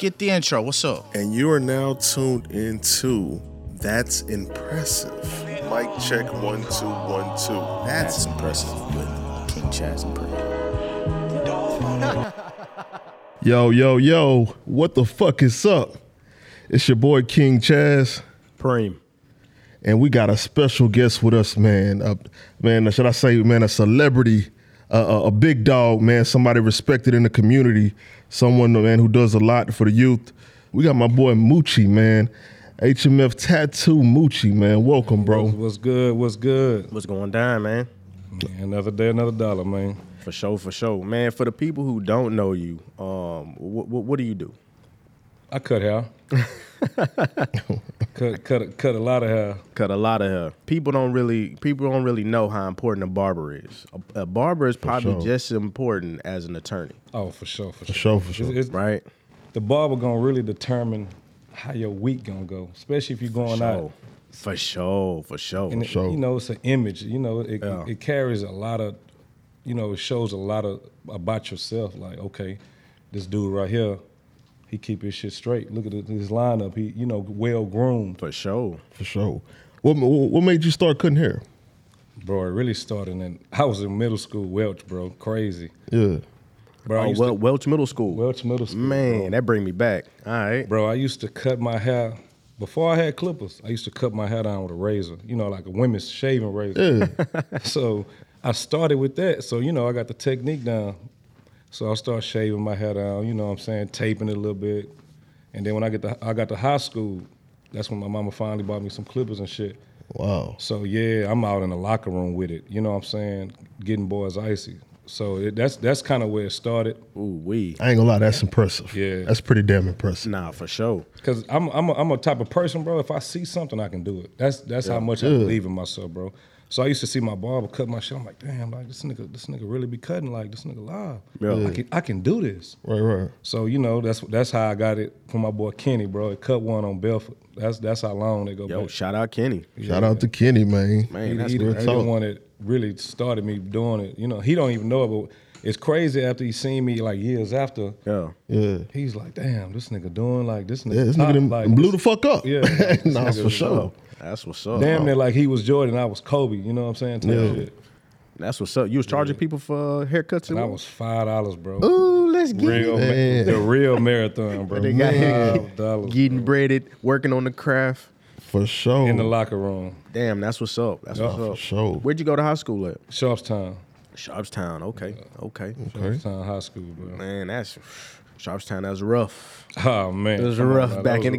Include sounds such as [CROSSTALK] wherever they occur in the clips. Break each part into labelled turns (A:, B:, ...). A: Get the intro. What's up?
B: And you are now tuned into That's Impressive. Mic check one, two, one, two.
A: That's, impressive. With King Chaz and Pretty.
C: Yo, yo, yo, what the fuck is up? It's your boy King Chaz,
D: Preem.
C: and we got a special guest with us, man. Uh, man, should I say, man, a celebrity, uh, a- a big dog, man, somebody respected in the community, someone, man, who does a lot for the youth. We got my boy Moochie, man. HMF Tattoo Moochie, man. Welcome, bro.
E: What's good? What's good?
D: What's going down, man?
E: Another day, another dollar, man.
D: For sure, for sure. Man, for the people who don't know you, um, what, what, what do you do?
E: I cut hair. cut, cut, cut a lot of hair.
D: Cut a lot of hair. People don't really people don't really know how important a barber is. A, a barber is probably
C: sure.
D: just as important as an attorney,
E: Oh, for sure, for sure.
C: sure, for sure.
E: It's- it's-
D: right?
E: The barber gonna really determine how your week gonna go, especially if you're going
D: So,
E: out.
D: for sure, for sure.
E: And it-
C: sure.
E: you know, it's an image. You know, it,
D: Yeah.
E: it carries a lot of, you know, it shows a lot of about yourself. Like, okay, this dude right here, he keep his shit straight. Look at his lineup. He, you know, well groomed.
D: for sure.
C: For sure. What, what made you start cutting hair?
E: Bro, it really started in. I was in middle school, Welch, bro, crazy.
C: Yeah.
E: Bro, I
D: Oh,
E: used
D: well,
E: to,
D: Welch Middle School.
E: Welch Middle School.
D: Man,
E: bro.
D: that bring me back. All right.
E: bro, I used to cut my hair before I had clippers. I used to cut my hair down with a razor, you know, like a women's shaving razor. [LAUGHS] so I started with that. So you know, I got the technique down. So I start shaving my hair down. You know, what I'm saying taping it a little bit, and then when I get to I got to high school, that's when my mama finally bought me some clippers and shit.
C: Wow.
E: So yeah, I'm out in the locker room with it. You know what I'm saying? Getting boys icy. So it, that's that's kind of where it started.
D: Ooh, we.
C: I ain't gonna lie, that's impressive.
E: Yeah.
C: That's pretty damn impressive.
D: Nah, for sure.
E: Cause I'm I'm a, I'm a type of person, bro. If I see something, I can do it. That's that's how much I believe in myself, bro. So I used to see my barber cut my shit. I'm like, damn, like this nigga, this nigga really be cutting like this nigga live. I can I can do this.
C: Right, right.
E: So you know that's that's how I got it from my boy Kenny, bro. He cut one on Belfort. That's that's how long they go
D: Yo,
E: back.
D: shout out Kenny.
C: Shout out to Kenny, man.
D: Man,
E: He,
D: that's
E: he,
D: good.
E: the-
C: real
E: he the
C: talk.
E: one that really started me doing it. You know, he don't even know it, but it's crazy after he seen me like years after.
D: Yo.
C: Yeah.
E: He's like, damn, this nigga doing like this nigga.
C: Yeah, this
E: top,
C: nigga done
E: like,
C: blew
E: this-
C: the fuck up.
E: Yeah.
C: [LAUGHS] nah,
E: This nigga
C: for
E: was
C: sure.
E: up.
D: That's what's up.
E: Damn near like he was Jordan, I was Kobe. You know what I'm saying? Type
C: Yeah.
E: shit.
D: That's what's up. You was charging people for uh, haircuts and
E: And I
D: what?
E: was five dollars, bro.
D: Ooh, let's get
E: real, ma-
C: Man.
E: the real
C: [LAUGHS]
E: marathon, bro.
D: They got
E: Five dollars
D: getting breaded, working on the craft.
C: For sure.
E: in the locker room,
D: Damn, that's what's up. That's what's
C: for
D: up.
C: sure.
D: Where'd you go to high school at?
E: Sharpstown,
D: Sharpstown. Okay, okay.
C: okay.
E: Sharpstown High School, bro.
D: Man, that's Sharpstown. That's rough.
E: Oh man,
D: It was
E: Come on,
D: rough
E: now. That
D: back
E: was
D: in
E: a-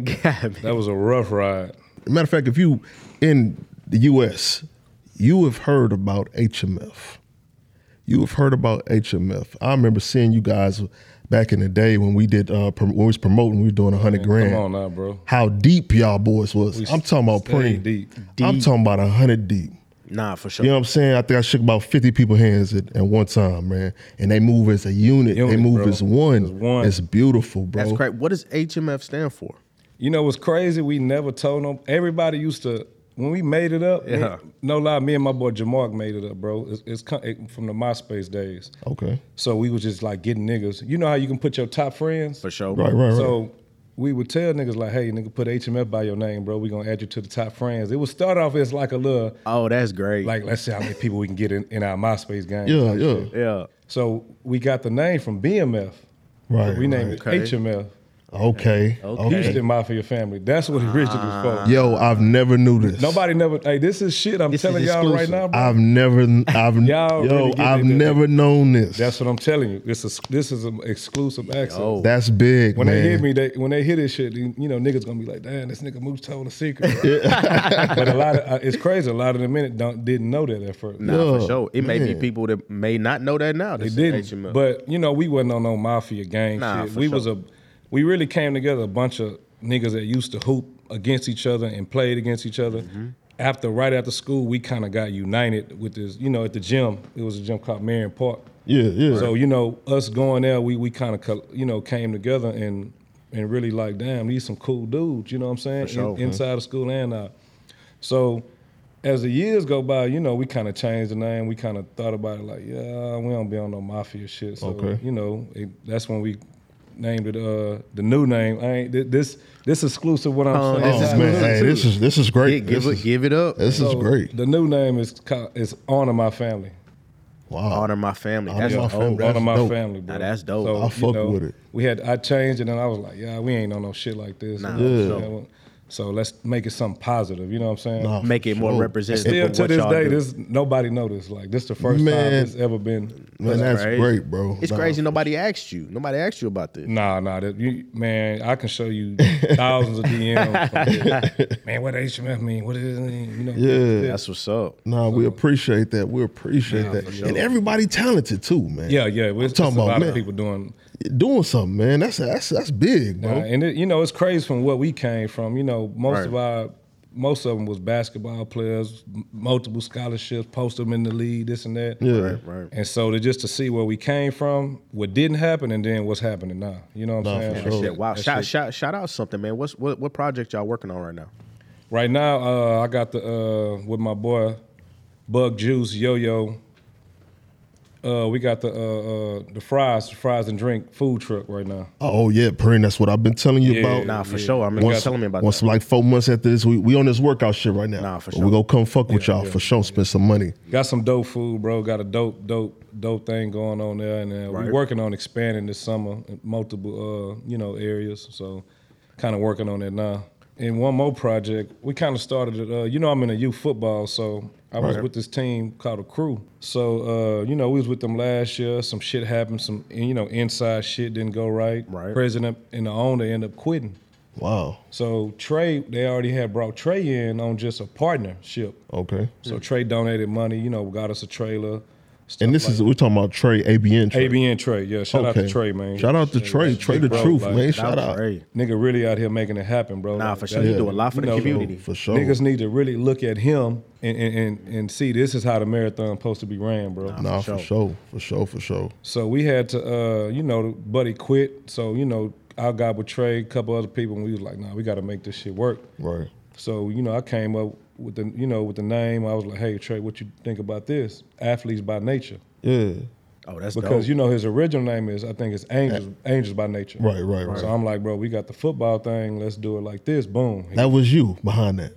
D: the
E: [LAUGHS]
D: game.
E: That was a rough ride.
C: Matter of fact, if you in the US, you have heard about HMF. You have heard about HMF. I remember seeing you guys back in the day when we did uh prom- when we was promoting, we were doing a hundred grand.
E: Come on now, bro.
C: How deep y'all boys was. I'm talking about
E: stayed
C: pretty
E: deep.
C: I'm talking about a hundred deep.
D: Nah, for sure.
C: You know what I'm saying? I think I shook about 50 people hands at, at one time, man. And they move as a unit. they
E: Unit,
C: move
E: bro.
C: as one.
E: As one.
C: It's beautiful, bro.
D: that's correct. What does HMF stand for?
E: You know what's crazy? We never told them. Everybody used to when we made it up. me-
D: Yeah.
E: no lie, me and my boy Jamark made it up, bro. It's, it's co- it, from the MySpace days.
C: Okay.
E: So we was just like getting niggas. You know how you can put your top friends?
D: For sure.
C: Right, right, right.
E: So we would tell niggas like, hey, nigga, put HMF by your name, bro. We gonna add you to the top friends. It would start off as like a little,
D: Oh, that's great.
E: like let's see how many people we can get in, in our MySpace game.
C: yeah, yeah.
D: yeah.
E: So we got the name from BMF.
C: Right.
E: We named
C: right.
E: it
D: Okay.
E: HMF.
C: Okay.
D: Okay. Ah.
C: Okay.
E: Houston Mafia Family. That's what it originally was for.
C: Yo, I've never knew this.
E: Nobody never. Hey, this is shit. I'm
D: This is
E: telling y'all right
D: exclusive. Ah.
E: now, bro.
C: I've never, I've,
E: Y'all
C: yo,
E: really getting
C: I've
E: into it.
C: never known this.
E: That's what I'm telling you. This is this is an exclusive access.
D: Yo.
C: That's big,
E: When
C: man.
E: they hear me, they when they hear this shit, you know niggas gonna be like, "Damn, this nigga Moose told
D: [LAUGHS]
E: a secret." but a lot of uh, it's crazy. A lot of them in it don't didn't know that at first.
D: Nah, for
C: Yeah,
D: sure. It may be
C: man.
D: people that may not know that now.
E: they
D: They
E: didn't.
D: HMF.
E: But you know, we wasn't on no mafia gang
D: Nah,
E: shit.
D: for
E: We
D: sure.
E: was a we really came together a bunch of niggas that used to hoop against each other and played against each other.
D: Mm-hmm.
E: After right after school, we kind of got united with this. You know, at the gym, it was a gym called Marion Park.
C: yeah, yeah.
E: So you know, us going there, we we kind of you know came together and and really like, damn, these some cool dudes. You know what I'm saying?
D: For sure,
E: In- inside of school and out. So as the years go by, you know, we kind of changed the name. We kind of thought about it like, yeah, we don't be on no mafia shit. So
C: Okay.
E: you know, it, that's when we named it uh, the new name. I ain't thi- this this exclusive what I'm
D: Oh, this
E: saying.
C: Oh
D: is
C: man,
D: good,
C: hey,
D: too.
C: this is this is
D: Yeah,
C: great.
D: give
C: This
D: it,
C: is-
D: give it up.
C: this is
E: So,
C: great.
E: The new name is co- is honor my family.
C: Wow.
D: Honor my family.
C: Honor
D: That's
C: my
D: my
C: family.
E: Honor
C: That's
E: my
C: dope.
E: family, bro.
D: Now, that's dope.
E: So,
D: I
E: you
C: fuck
E: know,
C: with it.
E: We had I changed it and I was like, yeah, we ain't on no shit like this.
D: Nah,
E: You know,
D: Yeah.
E: you know, So let's make it something positive. You know what I'm saying?
C: Nah,
D: Oh, Make it more
C: sure.
D: representative.
E: Still
D: of
E: to
D: what
E: this
D: y'all
E: day,
D: do.
E: this nobody noticed. Like this, the first
C: Man.
E: time it's ever been.
C: Man, that's
D: crazy.
C: great, bro.
D: It's
C: Nah.
D: crazy. Nobody asked you. Nobody asked you about this.
E: Nah, nah, that, you, man, I can show you thousands
C: [LAUGHS]
E: of DMs. from this. man, what HMF mean? What is it? You know,
C: Yeah.
D: That's what's up.
C: Nah, we appreciate that. We appreciate
E: Nah,
C: that.
E: for sure.
C: And everybody talented too, man.
E: yeah, yeah.
C: talking
E: It's, it's a
C: about,
E: lot
C: man.
E: of people doing
C: Doing something, man. That's that's that's big,
E: Uh,
C: bro.
E: and it, you know, it's crazy from what we came from. You know, most
D: Right.
E: of our most of them was basketball players, m- multiple scholarships, post them in the league, this and that.
C: yeah.
D: Right.
E: And so to just to see where we came from, what didn't happen, and then what's happening now. You know what I'm
C: Nah, for
E: saying?
C: sure.
D: Shit, wow. Shout, shout, shout out something, man. What's what, what project y'all working on right now?
E: Right now, uh, I got the uh, with my boy Bug Juice Yo Yo. Uh, we got the uh, uh, the fries, the fries and drink food truck right now.
C: Oh yeah, Prin, that's what I've been telling you
E: Yeah.
C: about.
D: Nah, for sure. I mean,
E: Once-
D: tell me about
C: Oh, Once
D: that.
C: like four months after this, we, we on this workout shit right now.
D: Nah, for
C: But
D: sure.
C: We gonna come fuck with y'all for sure. Spend some money.
E: Got some dope food, bro. Got a dope, dope, dope thing going on there, and uh,
D: Right.
E: we're working on expanding this summer in multiple, uh, you know, areas. So, kind of working on it now. And one more project, we kind of started it. Uh, you know, I'm in a youth football, so I was with this team called a crew. So, uh, you know, we was with them last year. Some shit happened. Some, you know, inside shit didn't go right.
D: Right.
E: President and the owner end up quitting.
C: Wow.
E: So Trey, they already had brought Trey in on just a partnership.
C: Okay.
E: So Trey donated money, you know, got us a trailer. stuff
C: Mm. And this
E: like
C: is we're talking about Trey ABN. Trey.
E: ABN Trey, yeah. Shout out to Trey, man.
C: Shout out to
E: Yeah,
C: Trey.
E: that's
C: Trey
E: big
C: the
E: bro,
C: truth,
E: like,
C: man.
D: That
C: Shout
D: was
C: out.
D: great.
E: Nigga really out here making it happen, bro.
D: Nah,
E: Like,
D: for sure.
E: that-
D: You do a lot for the
E: you know,
D: community.
C: For sure.
E: Niggas need to really look at him and, and, and, and see this is how the marathon supposed to be ran, bro.
C: Nah, for sure. For sure. For sure.
E: So we had to, uh, you know, Buddy quit. So you know, I got with Trey, a couple other people, and we was like, nah, we got to make this shit work.
C: Right.
E: So you know, I came up with the you know with the name. I was like, hey Trey, what you think about this? Athletes by nature.
C: Yeah.
D: Oh, that's
E: Because
D: dope.
E: you know his original name is I think it's Angels Angels by Nature.
C: Right, right, right.
E: So I'm like, bro, we got the football thing. Let's do it like this. Boom.
C: That was you behind that.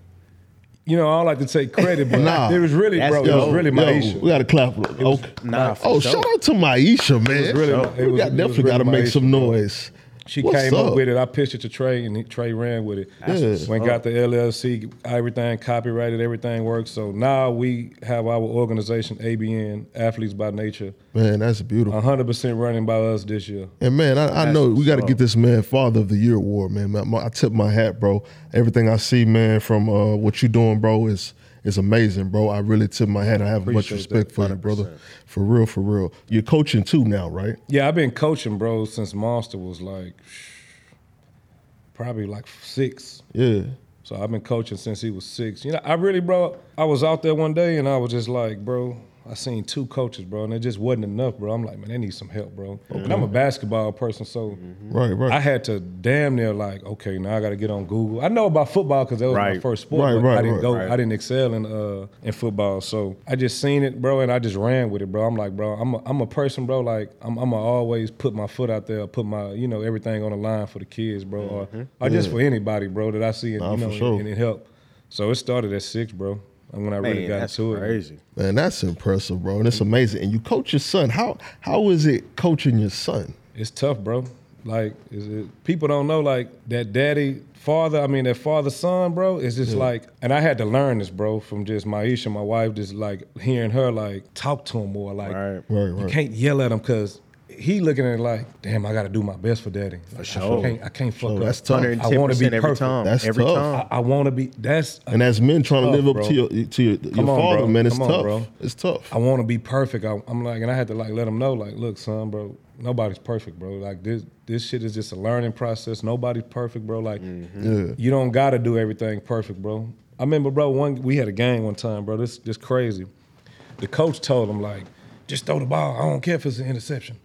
E: you know, I don't like to take credit, but
C: [LAUGHS] Nah.
E: it was really,
D: That's
E: bro, it
D: dope.
E: was really my
C: Yo, We
E: issue.
C: gotta clap. For, okay.
D: nah, for
C: oh,
D: sure.
C: shout out to Maisha, man.
E: really- it
C: we
E: was-
C: got,
E: it was
C: definitely
E: really
C: gotta make
E: Maisha,
C: some
E: bro.
C: noise.
E: She
C: What's
E: came up?
C: up?
E: with it. I pitched it to Trey, and he, Trey ran with it.
C: Yeah.
E: When got the LLC, everything copyrighted, everything works. So now we have our organization, ABN Athletes by Nature,
C: Man, that's beautiful.
E: 100 percent running by us this year.
C: And man, I, I know we got to
D: what's
C: get this man Father of the Year award, man. My- my- I tip my hat, bro. Everything I see, man, from uh, what you doing, bro, is is amazing, bro. I really tip my hat. I have much
E: Appreciate
C: respect for you, brother. For real, for real. You're coaching too now, right?
E: Yeah, I've been coaching, bro, since Monster was like probably like six.
C: Yeah,
E: So I've been coaching since he was six. You know, I really, bro, I was out there one day and I was just like, bro, I seen two coaches, bro, and it just wasn't enough, bro. I'm like, man, they need some help, bro. And I'm a basketball person, so
C: right, right.
E: I had to damn near like, okay, now I got to get on Google. I know about football because that was my
D: Right.
E: first sport.
C: Right,
E: but
C: right,
E: I didn't
C: right,
E: go,
C: right.
E: I didn't excel in uh in football, so I just seen it, bro, and I just ran with it, bro. I'm like, bro, I'm a, I'm a person, bro. Like I'm I'm always put my foot out there, put my you know everything on the line for the kids, bro,
D: Mm-hmm.
E: or, or just for anybody, bro, that I see and
C: Nah,
E: you know
C: for sure.
E: and, and it helped. So it started at six, bro, and when I
D: man,
E: really got
D: that's
E: into it,
D: crazy.
C: man, that's impressive, bro, and it's amazing. And you coach your son. How how is it coaching your son?
E: it's tough, bro. Like is it, people don't know like that daddy father. I mean that father son, bro. It's just like, and I had to learn this, bro, from just Maisha, my wife, just like hearing her like talk to him more. Like
D: Right.
C: Right,
E: you
C: right.
E: can't yell at him because he looking at it like, damn, I got to do my best for daddy. For
D: sure.
E: I can't, I can't fuck
C: Oh,
E: up.
C: that's tough.
E: I want to
D: 110%
E: be
D: every
E: perfect.
D: time.
C: That's
D: every
C: tough.
D: time.
E: I, want to be. That's
C: And as men trying
E: Tough,
C: to live up
E: bro.
C: to your to your, your
E: Come on,
C: father,
E: bro.
C: man, it's
E: Come on,
C: tough.
E: bro.
C: It's tough.
E: I want to be perfect. I, I'm like, and I had to like let him know, like, look, son, bro, nobody's perfect, bro. Like this, this shit is just a learning process. Nobody's perfect, bro. Like, you don't gotta do everything perfect, bro. I remember, bro, one we had a game one time, bro. This, this crazy. The coach told him like, just throw the ball. I don't care if it's an interception.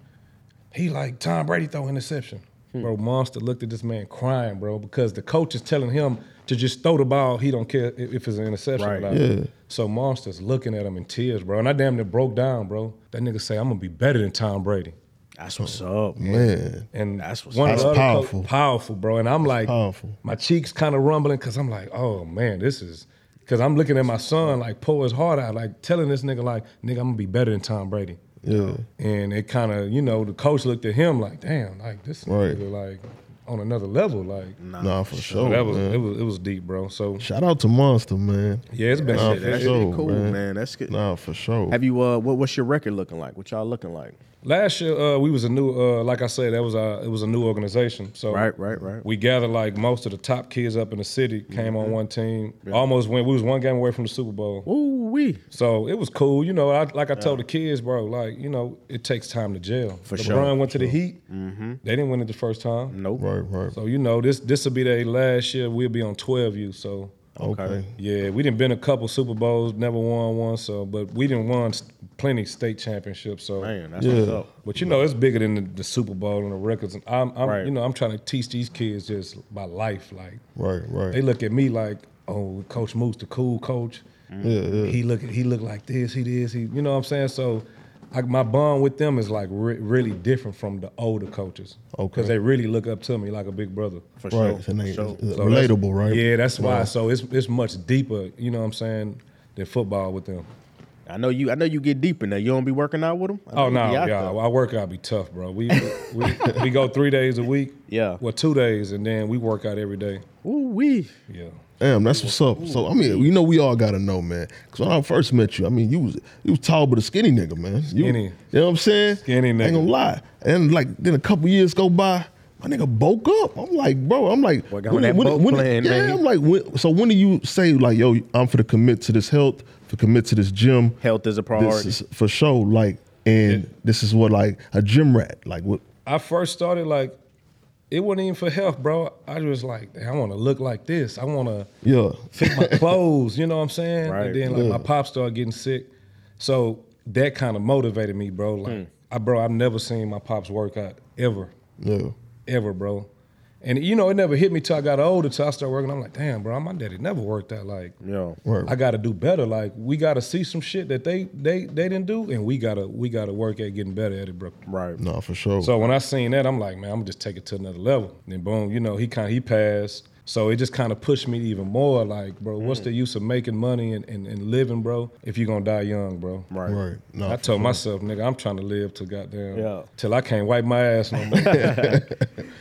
E: He like Tom Brady throw interception. Bro, Monster looked at this man crying, bro, because the coach is telling him to just throw the ball. He don't care if if it's an interception
D: Right.
E: or not. So Monster's looking at him in tears, bro. And I damn near broke down, bro. That nigga say, I'm gonna be better than Tom Brady.
D: That's what's up.
C: Man.
E: And
D: That's what's
E: one of
C: That's
E: the other coach-
C: powerful.
E: powerful, bro. And I'm like,
C: powerful.
E: my cheeks kind of rumbling because I'm like, oh man, this is because I'm looking at my son like pull his heart out, like telling this nigga like, nigga, I'm gonna be better than Tom Brady.
C: Yeah.
E: And it kind of, you know, the coach looked at him like, damn, like this
C: Right.
E: nigga like on another level, like.
C: Nah, for sure.
E: that was
C: man.
E: it was it was deep, bro. So
C: Shout out to Monster, man.
E: yeah, it's been
C: Nah,
E: shit.
C: for
E: That-
D: That's
C: sure,
D: cool,
C: man.
D: man. That's good.
C: Nah, for sure.
D: Have you uh what, what's your record looking like? What y'all looking like?
E: Last year, uh, we was a new, uh, like I said, that was our, it was a new organization. So
D: Right, right, right.
E: We gathered like most of the top kids up in the city came on one team. Almost went. We was one game away from the Super Bowl.
D: Ooh wee.
E: So it was cool, you know. I, like I told the kids, bro, like you know, it takes time to jail. For LeBron
D: sure,
E: went to the Heat. Mm-hmm. They didn't win it the first time.
D: Nope.
C: right, right.
E: So you know, this this will be their last year. We'll be on twelve U. So
C: okay.
E: yeah, we didn't been a couple Super Bowls, never won one. So, but we didn't won s- plenty state championships. So
D: Man, that's
C: Yeah.
D: what's up.
E: but you know, it's bigger than the, the Super Bowl and the records. And I'm, I'm
D: Right.
E: you know, I'm trying to teach these kids just my life. Like
C: Right, right.
E: they look at me like, oh, Coach Moose, the cool coach.
C: yeah, Mm. yeah.
E: He look, he look like this. He this. He, you know what I'm saying? So, I, my bond with them is like re- really different from the older coaches.
C: Okay.
E: because they really look up to me like a big brother.
D: For
C: right.
D: sure.
C: It's a name-
D: for
C: it's- it's
E: So that's-
C: relatable, right?
E: Yeah, that's why. So it's it's much deeper. You know what I'm saying? Than football with them.
D: I know you I know you get deep in there. You don't be working out with them?
E: Oh no, yeah, our workout be tough, bro. We we,
D: [LAUGHS]
E: we go three days a week.
D: Yeah.
E: well, two days, and then we work out every day.
D: Ooh wee.
E: Yeah,
C: Damn, that's what's up. So I mean, you know, we all gotta know, man. Cause when I first met you, I mean, you was you was tall but a skinny nigga, man. You,
E: Skinny.
C: You know what I'm saying?
E: Skinny nigga.
C: Ain't gonna lie. And like then a couple years go by, my nigga bulk up. I'm like, bro. I'm like,
D: Work on that bulk plan,
C: yeah.
D: man.
C: I'm like, when, so when do you say like, yo, I'm for to commit to this health, for commit to this gym,
D: Health is a
C: this
D: priority.
C: is for sure. Like, and this is what like a gym rat, like what.
E: I first started like it wasn't even for health, bro. I was like, "Damn, I want to look like this. I want to
C: Yeah,
E: fit my
D: [LAUGHS]
E: clothes. You know what I'm saying?
D: Right.
E: And then like my pop started getting sick, so that kind of motivated me, bro. Like,
D: Hmm.
E: I bro, I've never seen my pops work out ever.
C: yeah,
E: ever, bro. And you know, it never hit me till I got older, till I started working. I'm like, damn, bro, my daddy never worked out. Like,
D: Yo.
C: right.
E: I got to do better. Like, we got to see some shit that they they they didn't do, and we gotta we gotta work at getting better at it, bro.
D: Right.
C: no, for sure.
E: So when I seen that, I'm like, man, I'm gonna just take it to another level. And then boom, you know, he kind of he passed. So it just kind of pushed me even more. Like, bro, what's
D: Mm.
E: the use of making money and, and, and living, bro, if you're gonna die young, bro?
D: Right.
C: right. No,
E: I
C: for
E: told myself, nigga, I'm trying to live to goddamn,
D: Yeah.
E: till I can't wipe my ass no more.
D: [LAUGHS]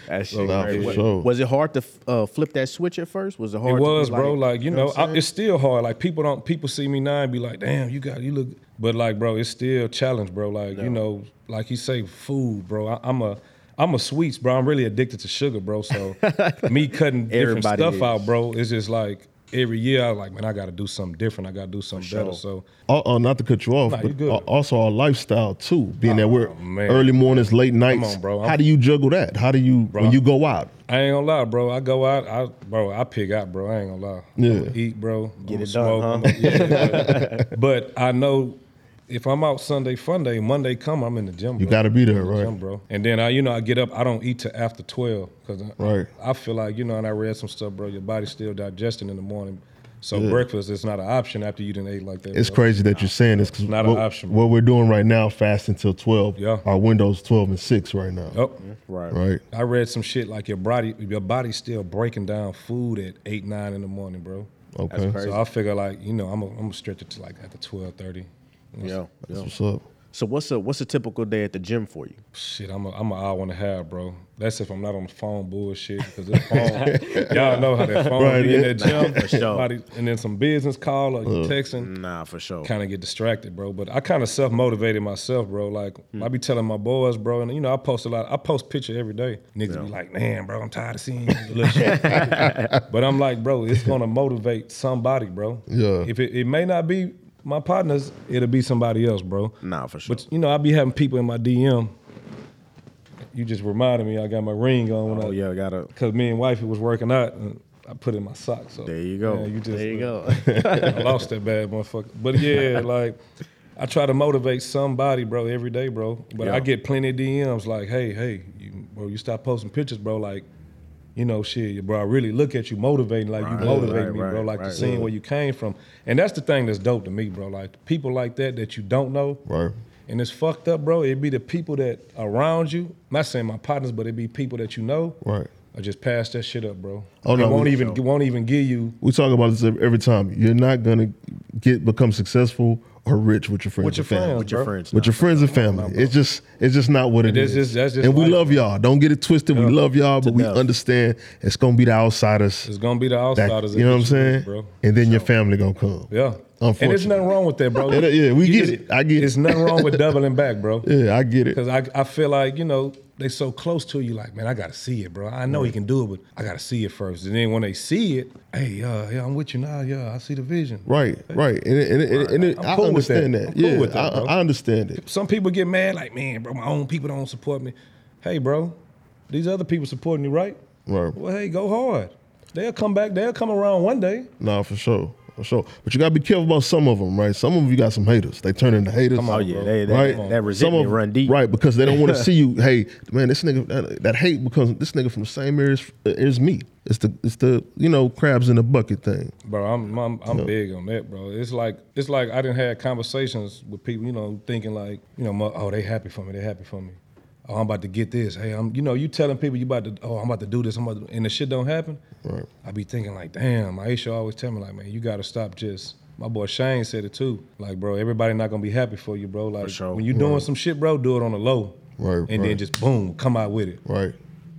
D: That shit
C: nah,
D: crazy.
C: for
D: Wa-
C: sure.
D: Was it hard to f- uh, flip that switch at first? Was it hard?
E: It
D: to be
E: was,
D: like-
E: bro. Like you know, I, it's still hard. Like people don't people see me now and be like, "Damn, you got you look." But like, bro, it's still a challenge, bro. Like you know, like you say, food, bro. I, I'm a I'm a sweets, bro. I'm really addicted to sugar, bro. So
D: [LAUGHS]
E: me cutting different
D: Everybody
E: stuff
D: is.
E: out, bro, it's just like every year I like, man, I got to do something different. I got to do something better. So
C: Uh, uh, not to cut you off,
E: Nah, you
C: but
E: good. Oh,
C: al- also our lifestyle too. Being that we're
E: man.
C: early mornings, late nights.
E: on, bro.
C: How
E: I'm-
C: do you juggle that? How do you when you go out?
E: I ain't gonna lie, bro. I go out, I bro, I pick out, bro. I ain't gonna lie.
C: Yeah.
E: I'ma eat, bro. Get
D: it done, huh? [LAUGHS]
E: but, but I know if I'm out Sunday, fun day, Monday come, I'm in the gym. Bro.
C: You got to be there,
E: gym,
C: right?
E: bro. And then I, you know, I get up. I don't eat till after twelve because
C: Right.
E: I feel like you know, and I read some stuff, bro. Your body's still digesting in the morning, so breakfast is not an option after you didn't eat like that.
C: It's
E: bro.
C: crazy that you're saying this because
E: Not an
C: what,
E: option, bro.
C: what we're doing right now, fasting till twelve.
E: Yeah.
C: Our windows twelve and six right now.
E: Yup.
D: Right.
C: Right.
E: I read some shit like your body, your body's still breaking down food at eight, nine in the morning, bro.
C: Okay.
D: crazy.
E: So I figure like you know, I'm a, I'm gonna stretch it to like after twelve thirty.
D: Yo. yo.
C: What's up?
D: So what's a what's a typical day at the gym for you?
E: Shit, I'm a, I'm an hour and a half, bro. That's if I'm not on the phone bullshit because this phone, y'all know how that phone
C: Right,
E: be in
C: yeah.
E: that gym,
D: for sure.
E: Somebody- and then some business call or you texting.
D: Nah, for sure.
E: kind of get distracted, bro. But I kind of self motivated myself, bro. Like
D: Hmm.
E: I be telling my boys, bro, and you know I post a lot. I post picture every day. Niggas be like, man, bro, I'm tired of seeing you. Little
D: [LAUGHS]
E: shit. but I'm like, bro, it's gonna motivate somebody, bro.
C: Yeah.
E: If it, it may not be my partners, it'll be somebody else, bro.
D: Nah, for sure.
E: But you know, I be having people in my DM. You just reminded me I got my ring on when I
D: oh yeah, gotta.
E: because me and wifey was working out and I put it in my sock. So
D: There you go.
E: Yeah, you just
D: there you
E: uh, [LAUGHS]
D: go.
E: I lost that bad motherfucker. But yeah, like I try to motivate somebody, bro, every day, bro. But
D: Yeah.
E: I get plenty of DMs like, hey, hey, you, bro, you stop posting pictures, bro. Like, you know, shit, bro, I really look at you motivating, like you motivate
D: right,
E: me, bro.
D: right,
E: Like
D: right.
E: the scene where you came from. And that's the thing that's dope to me, bro. Like people like that that you don't know.
C: Right.
E: And it's fucked up, bro. It'd be the people that around you. I'm not saying my partners, but it'd be people that you know.
C: Right.
E: I just pass that shit up, bro.
C: Oh,
E: Oh,
C: no,
E: no, won't
C: we-
E: even won't even give you
C: We talk about this every time. You're not gonna get become successful or rich with your friends.
E: With your
C: and family.
E: friends,
D: with your
E: bro.
D: friends.
C: with your friends and family. it's just it's just not what it
E: It is
C: is.
E: just- that's just
C: and we
E: life.
C: love y'all. Don't get it twisted. We love y'all, but we
D: death.
C: understand it's gonna be the outsiders.
E: It's gonna be the
C: that-
E: outsiders. that
C: you know what I'm
E: get
C: saying?
E: bro.
C: And then your family gonna come.
E: Yeah. And there's
C: Unfortunately.
E: nothing wrong with that,
C: [LAUGHS]
E: bro.
C: Yeah, yeah, we
E: You
C: get
E: just-
C: it. I get it.
E: There's nothing
C: [LAUGHS]
E: wrong with doubling back, bro.
C: Yeah, I get it.
E: Because I, I feel like, you know, they so close to you, like, man, I gotta see it, bro. I know he can do it, but I gotta see it first. And then when they see it, hey, uh, yeah, I'm with you now, yeah, I see the vision.
C: Right, right, and it- and, it- and, it- and it-
E: I'm
C: I
E: cool with
C: understand
E: that.
C: that.
E: I'm cool
C: Yeah,
E: with that,
C: I,
E: bro.
C: I understand it.
E: Some people get mad, like, man, bro, my own people don't support me. Hey, bro, these other people supporting you, right?
C: Right.
E: Well, hey, go hard. They'll come back, they'll come around one day.
C: Nah, for sure, for sure. But you gotta be careful about some of them, right? Some of them you got some haters. They turn into haters.
D: Oh yeah, they, they,
C: right?
D: that resentment
C: Some of-
D: run deep.
C: right? Because they
D: [LAUGHS]
C: don't want to see you. Hey, man, this nigga that, that hate because this nigga from the same area as, as me. It's the it's the you know crabs in the bucket thing.
E: Bro, I'm I'm, I'm big on that, bro. It's like it's like I didn't have conversations with people, you know, thinking like, you know, mo- oh, they happy for me, they happy for me. Oh, I'm about to get this. Hey, I'm, you know, you telling people you about to, oh, I'm about to do this, I'm about to, and the shit don't happen. Right. I be thinking like, damn, Aisha always tell me like, man, you gotta stop just. My boy Shane said it too. Like, bro, everybody not gonna be happy for you, bro. Like,
D: sure.
E: when you doing some shit, bro, do it on the low,
C: Right,
E: And
C: right.
E: then just boom, come out with it.
C: Right.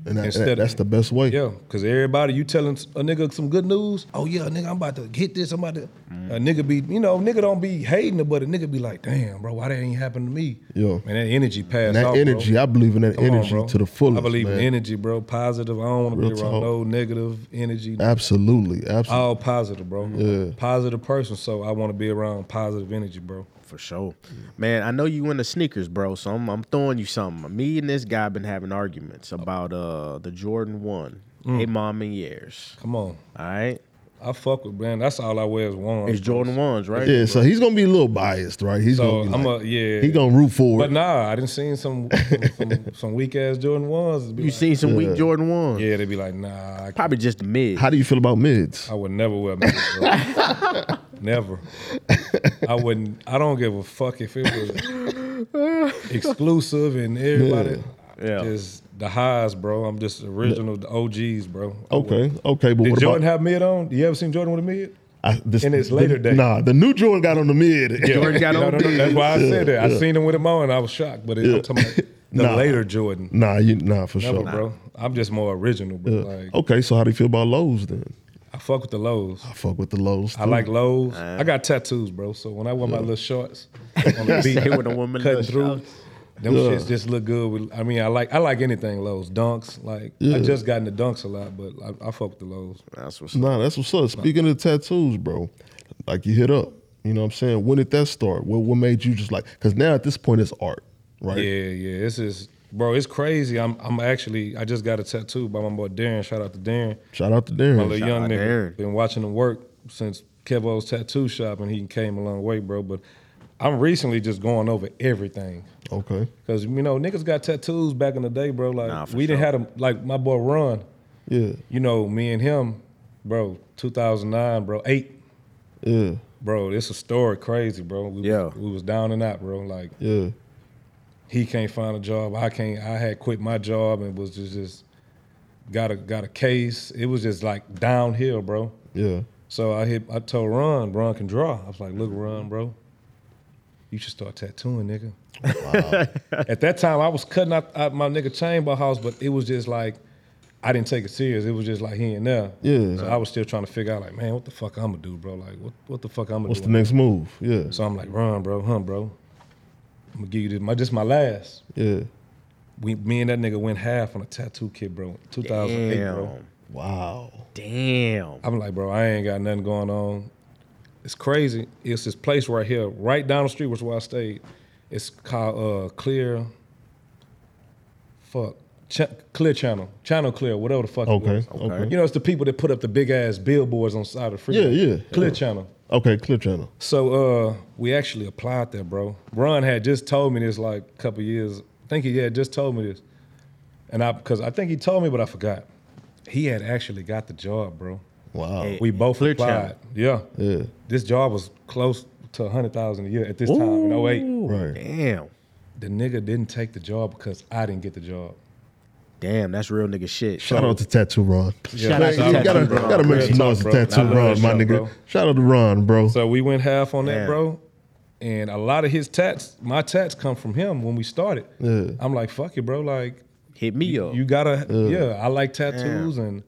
C: And that,
E: Instead
C: that-
E: of-
C: that's the best way.
E: Yeah, because everybody, you telling a nigga some good news. Oh yeah, nigga, I'm about to hit this. I'm about to.
C: Mm.
E: A nigga be, you know, nigga don't be hating it, but a nigga be like, damn, bro, why that ain't happen to me?
C: Yeah.
E: and that energy passed.
C: And that
E: off, bro.
C: energy, I believe in that
E: Come on,
C: energy
E: bro.
C: to the fullest.
E: I believe
C: man.
E: in energy, bro. Positive. I don't want to
C: Real
E: be around
C: talk.
E: no negative energy.
C: Absolutely, absolutely.
E: All positive, bro. Positive person, so I want to be around positive energy, bro.
D: For sure, man. I know you into sneakers, bro. So I'm, I'm throwing you something. Me and this guy been having arguments about uh the Jordan One,
E: Mm.
D: Hey Mom and Years.
E: Come on,
D: All right,
E: I fuck with man. That's all I wear is one.
D: it's Jordan Ones, right?
C: yeah, so he's gonna be a little biased, right? He's
E: So
C: gonna be
E: I'm
C: like,
E: a yeah.
C: he gonna root for
E: But
C: it.
E: nah, I didn't seen some some, some, some weak ass Jordan ones. It'd be
D: You
E: like,
D: seen some weak Jordan Ones?
E: Yeah, they'd be like, nah, I,
D: Probably just the mid.
C: How do you feel about mids?
E: I would never wear makeup. bro.
C: [LAUGHS]
E: never. I wouldn't. I don't give a fuck if it
C: [LAUGHS]
E: was exclusive and everybody.
D: Yeah.
E: Just the highs, bro. I'm just original, the OGs, bro. I
C: Okay,
E: wouldn't.
C: okay, but
E: Did
C: what
E: Jordan
C: about
E: have mid on? You ever seen Jordan with a mid?
C: I, this,
E: in his later
C: the,
E: days?
C: Nah, the new Jordan got on the mid.
D: Jordan got
E: No,
D: on
E: no, no,
D: big.
E: That's why I said that. I seen him with him on, and I was shocked. But it, I'm talking
C: [LAUGHS]
E: about the
C: Nah.
E: later Jordan.
C: [LAUGHS] nah, you nah for
E: Never,
C: sure.
E: bro. I'm just more original, bro. Like
C: Okay, so how do you feel about Lowe's then?
E: I fuck with the lows.
C: I fuck with the Lowe's.
E: I like lows.
D: Uh.
E: I got tattoos, bro. So when I wear my little shorts
D: [LAUGHS]
E: on the beat,
D: Hit with a woman
E: cutting
D: little
E: through,
D: shorts.
E: them shits just look good. With, I mean, I like I like anything lows. Dunks, like I just got into dunks a lot, but I, I fuck with the lows.
D: That's what's
C: Nah, that's what's up. Speaking of tattoos, bro, like you hit up. You know what I'm saying? When did that start? What what made you just like? Because now at this point it's art, right?
E: Yeah, yeah. This is bro. It's crazy. I'm I'm actually I just got a tattoo by my boy Darren. Shout out to Darren.
C: Shout out to
E: My
C: Darren.
E: little
D: Shout
E: young
D: out
E: nigga.
D: Darren.
E: Been watching him work since Kevo's tattoo shop, and he came a long way, bro. But I'm recently just going over everything.
C: okay.
E: Cause you know niggas got tattoos back in the day, bro. Like
D: Nah, for
E: we didn't
D: sure.
E: have them. Like my boy Ron,
C: Yeah.
E: you know me and him, bro. 2009, bro. Eight,
C: Yeah.
E: bro. This a story, crazy, bro. We
D: Yeah.
E: was, we was down and out, bro. Like
C: Yeah.
E: he can't find a job. I can't. I had quit my job and was just, just got a got a case. It was just like downhill, bro.
C: Yeah.
E: So I hit. I told Ron, Ron can draw. I was like,
C: Mm-hmm.
E: look, Ron, bro, you should start tattooing, nigga. At that time, I was cutting out, out my nigga chamber house, but it was just like I didn't take it serious. It was just like here and there.
C: Yeah.
E: So I was still trying to figure out, like, man, what the fuck I'm gonna do, bro? Like, what what the fuck I'm gonna
C: What's
E: do?
C: the next move? Yeah.
E: So I'm like, Ron, bro, huh, bro? I'm gonna give you this. My this my last.
C: Yeah.
E: We, me and that nigga went half on a tattoo kit, bro. 2008, bro.
D: damn.
C: Wow.
D: Damn.
E: I'm like, bro, I ain't got nothing going on. It's crazy. It's this place right here, right down the street, which is where I stayed. It's called uh, Clear. Fuck, Ch- Clear Channel, Channel Clear, whatever the fuck.
C: Okay.
E: It was.
C: Okay.
E: You know, it's the people that put up the big ass billboards on the side of the freeway.
C: Yeah, yeah,
E: Clear
C: yeah.
E: Channel.
C: Okay. Clear channel.
E: So uh, we actually applied there, bro. Ron had just told me this like a couple years. I think he had just told me this, and I because I think he told me, but I forgot. He had actually got the job, bro.
C: Wow.
E: We both
D: Clear
E: applied. Yeah.
C: Yeah.
E: This job was close to 100,000 a year at this time in 08.
C: Right.
D: Damn.
E: the nigga didn't take the job because I didn't get the job.
D: Damn, that's real nigga shit.
C: Shout out to Tattoo Ron.
D: Shout out to
C: Man, you
D: Tattoo
C: gotta,
D: Ron.
C: gotta make
E: Real
C: some
E: talk,
C: noise to
E: bro.
C: Tattoo
E: I love
C: Ron,
E: that
C: my
E: show,
C: nigga.
E: bro.
C: Shout out to Ron, bro.
E: So we went half on
D: Damn.
E: that, bro. And a lot of his tats, my tats come from him when we started.
C: Yeah.
E: I'm like, fuck it, bro. Like,
D: Hit me up.
E: you gotta, yeah, I like tattoos and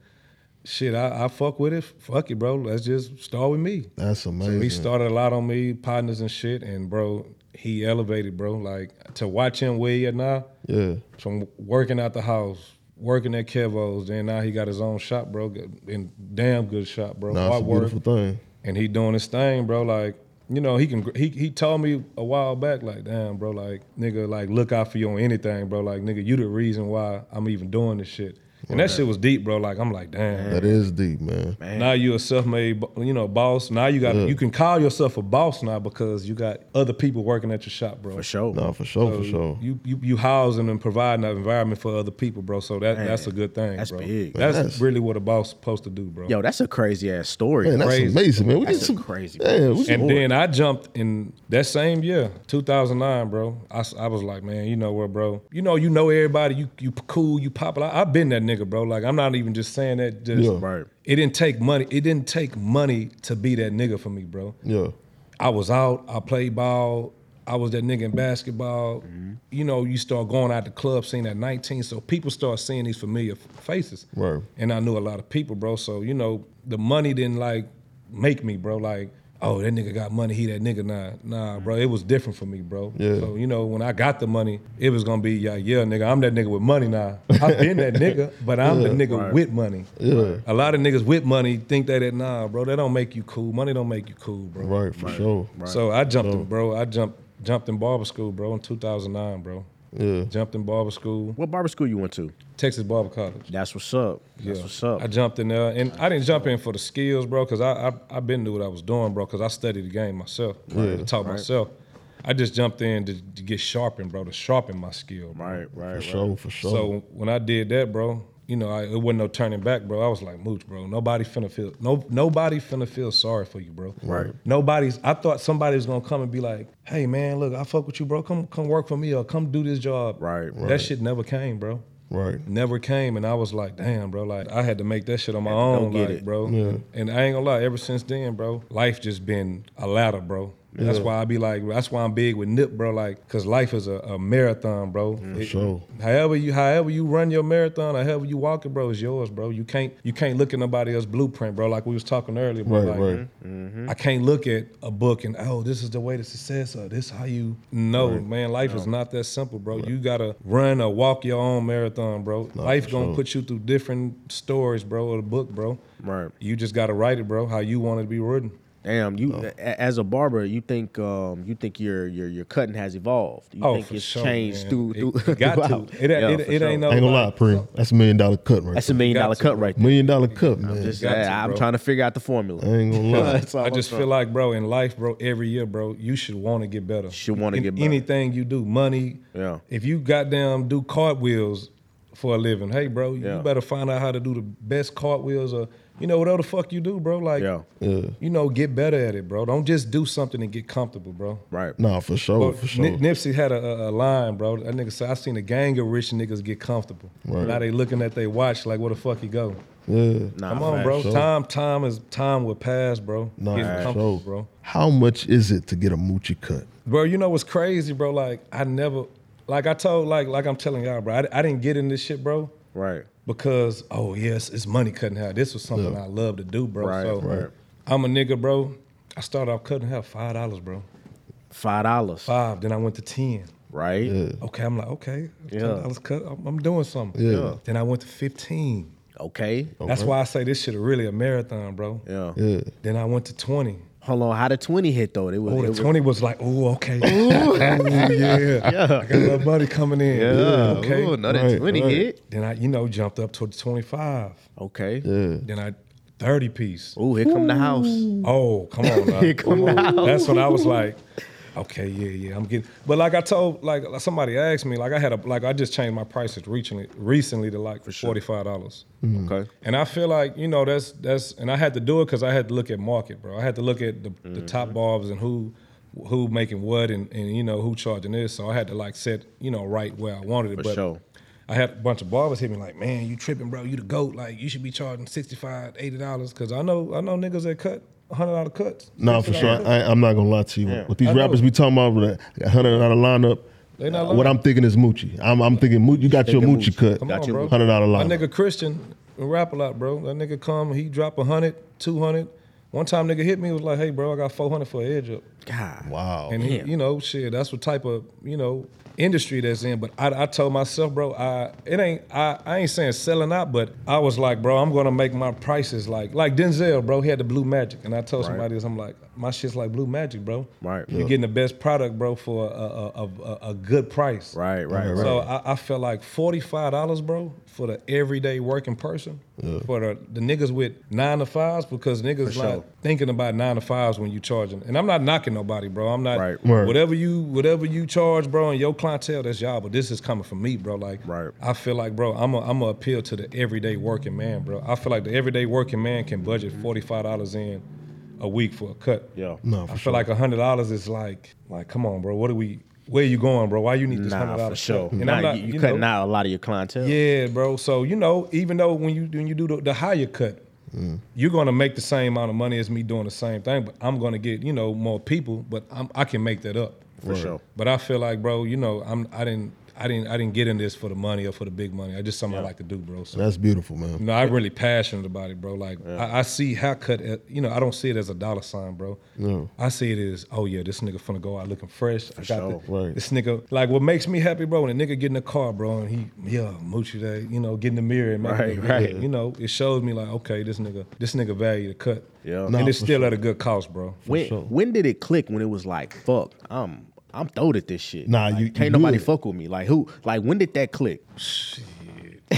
E: shit. I, I fuck with it. Fuck it, bro. Let's just start with me.
C: That's
E: So he
C: amazing.
E: started a lot on me, partners and shit. And, bro, he elevated, bro. Like, to watch him where he at now,
C: yeah.
E: from working out the house, working at Kevo's, then now he got his own shop, bro. Good- And damn good shop, bro.
C: Nah, it's a
E: Artwork.
C: beautiful thing.
E: and he doing his thing, bro. Like, you know, he can. He he told me a while back, like, damn, bro, like, nigga, like, look out for you on anything, bro. Like, nigga, you the reason why I'm even doing this shit. And that shit was deep, bro. Like, I'm like, damn.
C: That is deep, man.
E: Now you a self-made, bo- you know, boss. Now you got you can call yourself a boss now because you got other people working at your shop, bro.
D: for sure.
C: Nah, for sure, for
E: So
C: sure.
E: You, you you housing and providing an environment for other people, bro. So that that's a good thing.
D: that's
E: bro.
D: big.
E: That's,
C: That's-
E: really what a boss supposed to do, bro.
D: Yo, that's a crazy ass story.
C: Man, that's
E: crazy.
C: amazing, man. We
D: That's
C: did
D: a
C: some
D: crazy-
C: Yeah, we
E: And then I jumped in that same year, 2009, bro. I, s- I was like, man, you know what, bro? You know, you know everybody. You you cool. You popular. I've been that nigga, bro. Like I'm not even just saying that. Just
C: Yeah.
D: Right.
E: It didn't take money. It didn't take money to be that nigga for me, bro.
C: yeah,
E: I was out. I played ball. I was that nigga in basketball.
C: Mm-hmm.
E: You know, you start going out the club, seeing that 19. So people start seeing these familiar f- faces.
C: Right.
E: And I knew a lot of people, bro. So, you know, the money didn't like make me, bro. Like, oh, that nigga got money. He that nigga. Nah, nah, bro. It was different for me, bro.
C: Yeah.
E: So, you know, when I got the money, it was going to be, yeah, yeah, nigga. I'm that nigga with money now. I've
C: [LAUGHS]
E: been that nigga, but I'm the nigga with money.
C: Yeah.
E: A lot of niggas with money think that, that, nah, bro, that don't make you cool. Money don't make you cool, bro.
C: right, for sure.
E: So I jumped, in, bro. I jumped jumped in barber school, bro, in 2009, bro.
C: Yeah,
E: Jumped in barber school,
D: What barber school you went to?
E: Texas Barber College.
D: That's what's up. That's
E: Yeah.
D: what's up.
E: I jumped in there, and I didn't jump in for the skills, bro, because I, I I been knew what I was doing, bro, because I studied the game myself, right, to taught myself. I just jumped in to, to get sharpened, bro, to sharpen my skill, bro.
D: right, right,
C: for
D: right.
C: sure, for sure.
E: So when I did that, bro, you know, I, it wasn't no turning back, bro. I was like, Mooch, bro, nobody finna feel no nobody finna feel sorry for you, bro. Right. Nobody's I thought somebody was gonna come and be like, hey man, look, I fuck with you, bro. Come come work for me or come do this job.
D: Right,
E: That shit never came, bro.
C: right,
E: Never came, and I was like, "Damn, bro! Like I had to make that shit on my own,
D: get
E: like,
D: it.
E: bro." And I ain't gonna lie, ever since then, bro, life just been a ladder, bro. That's why I be like, that's why I'm big with Nip, bro. Like, cause life is a, a marathon, bro. It-
C: sure.
E: However you however you run your marathon or however you walk it, bro, is yours, bro. You can't you can't look at nobody else's blueprint, bro. Like we was talking earlier, bro.
C: right,
E: like,
C: right.
D: Mm-hmm.
E: I can't look at a book and oh, this is the way to success or this how you no man. Life is not that simple, bro. You gotta run or walk your own marathon, bro. life gonna put you through different stories, bro, or the book, bro.
D: Right.
E: You just gotta write it, bro. How you want it to be written.
D: Damn, you a- as a barber, you think um, you think your your your cutting has evolved. You
E: Oh,
D: think
E: for
D: it's
E: sure,
D: changed
E: man.
D: through
E: It-
D: through
E: it
D: [LAUGHS]
E: got to.
D: throughout.
E: It- it-
D: Yeah,
E: it
D: for
E: ain't no-
C: I ain't gonna lie, Prim. That's a million dollar cut right
D: That's a
C: there.
D: million
E: got
D: dollar
E: to,
D: cut
E: bro.
D: right there.
C: million dollar cut, man.
D: Just-
E: got to,
D: I- I'm
E: bro.
D: trying to figure out the formula. [LAUGHS]
C: I ain't gonna
E: [LAUGHS]
C: lie.
D: all
E: I just
D: I'm
E: feel like, bro, in life, bro, every year, bro, you should want to get better.
D: Should wanna
E: In
D: get better.
E: Anything you do, money.
D: Yeah.
E: If you goddamn do cartwheels for a living, hey, bro,
D: Yeah.
E: you better find out how to do the best cartwheels or you know whatever the fuck you do, bro. Like,
D: Yeah.
E: you know, get better at it, bro. Don't just do something and get comfortable, bro.
D: Right.
C: Nah, for sure,
E: Bro,
C: Oh, for sure.
E: Nip- Nipsey had a- a, a line, bro. That nigga said, "I seen a gang of rich niggas get comfortable.
C: Right.
E: Now they looking at their watch like, where the fuck he go?
C: Yeah.
D: Nah,
E: Come on,
D: facts.
E: bro.
C: sure.
E: Time, time is time will pass, bro.
C: Nah,
E: Getting
C: for
E: comfortable,
C: sure.
E: bro.
C: How much is it to get a moochie cut?
E: Bro, you know what's crazy, bro? Like I never, like I told, like like I'm telling y'all, bro. I, I didn't get in this shit, bro,
D: Right.
E: because oh yes, it's money cutting hair. This was something I love to do, bro.
D: Right,
E: so
D: right.
E: I'm a nigga, bro. I started off cutting hair five dollars, bro.
D: Five dollars.
E: Five, then I went to ten.
D: Right.
E: Okay, I'm like, okay,
D: Yeah.
E: ten dollars cut. I'm, I'm doing something.
C: Yeah.
E: Then I went to fifteen.
D: Okay.
E: That's why I say this shit is really a marathon, bro.
D: Yeah.
C: Yeah.
E: Then I went to twenty.
D: Hold on. How did twenty hit though? It was,
E: Oh,
D: it
E: the
D: was-
E: twenty was like, oh, okay, [LAUGHS]
D: [LAUGHS]
E: Ooh, yeah, I got a little money coming in.
D: Yeah.
E: Ooh, okay.
D: Ooh, another
C: Right,
D: twenty
C: right.
D: hit.
E: Then I, you know, jumped up to the 25.
D: Okay.
E: Then I 30 piece.
D: Ooh, here come the house.
E: Oh,
D: [LAUGHS]
E: come on. now.
D: Here come
E: Ooh,
D: out.
E: That's when I was like, okay, yeah, yeah, I'm getting. But like I told, like somebody asked me, like I had a, like I just changed my prices recently, recently to like for $45.
D: Mm-hmm. Okay.
E: And I feel like you know
D: Mm-hmm.
E: that's that's and I had to do it because I had to look at market, bro. I had to look at the, the top barbs and who who making what and, and you know who charging this. So I had to like set you know right where I wanted it.
D: For
E: but
D: sure.
E: I had a bunch of barbers hit me like, man, you tripping, bro? You the goat? Like you should be charging 65 80 dollars because I know I know niggas that cut hundred dollar cuts.
C: No, for sure. I, I'm not gonna lie to you. With these
E: I know.
C: rappers we talking about, with a hundred dollar lineup.
E: They not
C: uh, what
E: lying.
C: I'm thinking is Moochie. I'm, I'm thinking Moochie. You got your
D: Thinking
C: Moochie
D: Moochie.
C: cut.
E: Come
D: Got
E: on,
D: you.
E: bro.
C: Hundred dollar
E: My
C: line.
E: nigga Christian rap a lot, bro. That nigga come, he drop a hundred, two hundred. One time, nigga hit me was like, "Hey, bro, I got four hundred for an edge up."
D: God.
C: Wow.
E: And he, you know, shit, that's what type of you know industry that's in. But I, I told myself, bro, I it ain't I, I ain't saying selling out, but I was like, bro, I'm gonna make my prices like like Denzel, bro. He had the Blue Magic, and I told somebody this, I'm like, my shit's like Blue Magic, bro.
D: Right.
E: You're getting the best product, bro, for a a, a, a, a good price.
D: Right, right, right.
E: So I, I felt like forty five dollars, bro, for the everyday working person, for the, the niggas with nine to fives, because niggas not thinking about nine to fives when you charging. And I'm not knocking nobody, bro. I'm not
D: Right.
C: Right.
E: whatever you whatever you charge, bro, and your clientele, that's y'all. But this is coming from me, bro. Like
D: Right.
E: I feel like, bro, I'm a, I'm a appeal to the everyday working man, bro. I feel like the everyday working man can budget forty five dollars in a week for a cut.
D: Yeah.
C: no,
E: I
C: for
E: feel
C: sure.
E: like a hundred dollars is like, like, come on, bro. What are we? Where you going, bro? Why you need this hundred
D: Nah, for
E: dollars?
D: sure.
E: And
D: nah,
E: I'm not,
D: you, you
E: you
D: cutting
E: know,
D: out a lot of your clientele.
E: Yeah, bro. So you know, even though when you when you do the, the higher cut,
D: Mm.
E: you're gonna make the same amount of money as me doing the same thing, but I'm gonna get you know more people, but I'm, I can make that up.
D: for sure.
E: But I feel like, bro, you know, I'm I didn't I didn't I didn't get in this for the money or for the big money. I just something I like to do, bro. So
C: That's beautiful, man.
E: you know, I'm really passionate about it, bro. Like, I, I see haircut, as, you know, I don't see it as a dollar sign, bro. I see it as, oh yeah, this nigga finna go out looking fresh. I got
D: sure.
E: the,
C: Right.
E: this nigga. Like, what makes me happy, bro, when a nigga get in the car, bro, and he, yeah, moochie that, you know, get in the mirror and make
D: Right,
E: it look
D: right.
E: good. You know, it shows me like, okay, this nigga, this nigga value the cut.
D: Yeah.
E: and
C: Nah,
E: it's
C: for
E: still at a good cost, bro.
D: When when did it click? When it was like, fuck, I'm I'm throwed at this shit.
C: Nah,
D: Like,
C: you- you
D: can't nobody
C: good.
D: fuck with me. Like who? Like when did that click?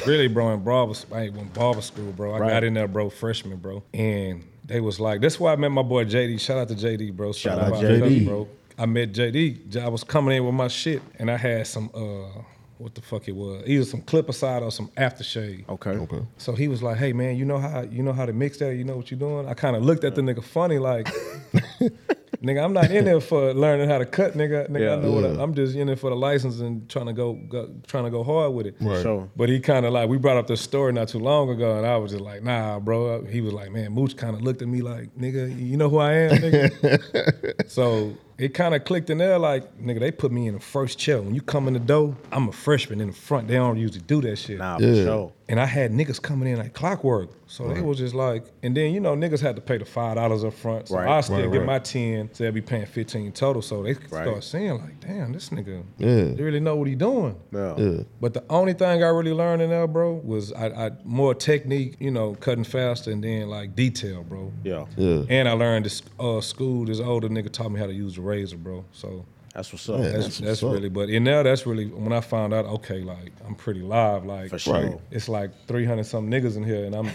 E: really, bro, in barber, I went barber school, bro. I
D: Right.
E: got in there, bro, freshman, bro, and they was like, that's why I met my boy JD. Shout out to JD, bro. Shout,
C: out
E: about
C: JD.
E: us, bro. I met JD. I was coming in with my shit, and I had some, uh, what the fuck it was, either some clip aside or some aftershave.
D: Okay.
C: Okay.
E: So he was like, "Hey man, you know how you know how to mix that? You know what you're doing?" I kind of looked at the nigga funny, like, [LAUGHS] "Nigga, I'm not in there for learning how to cut, nigga. Nigga, I
D: Yeah.
E: know what I, am just in there for the license and trying to go, go trying to go hard with it."
C: Right.
D: Sure.
E: But he kind of like we brought up this story not too long ago, and I was just like, "Nah, bro." He was like, "Man, Mooch kind of looked at me like, nigga, you know who I am, nigga."
D: [LAUGHS]
E: so it kind of clicked in there, like, nigga, they put me in the first chair. When you come in the door, I'm a freshman in the front. They don't usually do that shit.
D: Nah, for sure.
E: And I had niggas coming in like clockwork. So they was just like, and then you know, niggas had to pay the five dollars up front. So
D: Right,
E: I still
C: right,
E: get
C: right.
E: my 10, so they'll be paying 15 total. So they
D: Right.
E: start seeing like, damn, this nigga
C: Yeah.
E: they really know what he doing.
D: Yeah.
E: But the only thing I really learned in there, bro, was I, I more technique, you know, cutting faster and then like detail, bro.
D: Yeah.
C: Yeah.
E: And I learned this uh, school, this older nigga taught me how to use the razor, bro. So
D: That's what's up.
C: Yeah.
E: that's
C: That's what's
E: that's
C: up.
E: really, but in there, that's really when I found out. Okay, like I'm pretty live, like
D: For sure. Right.
E: It's like 300 something niggas in here, and [LAUGHS] I'm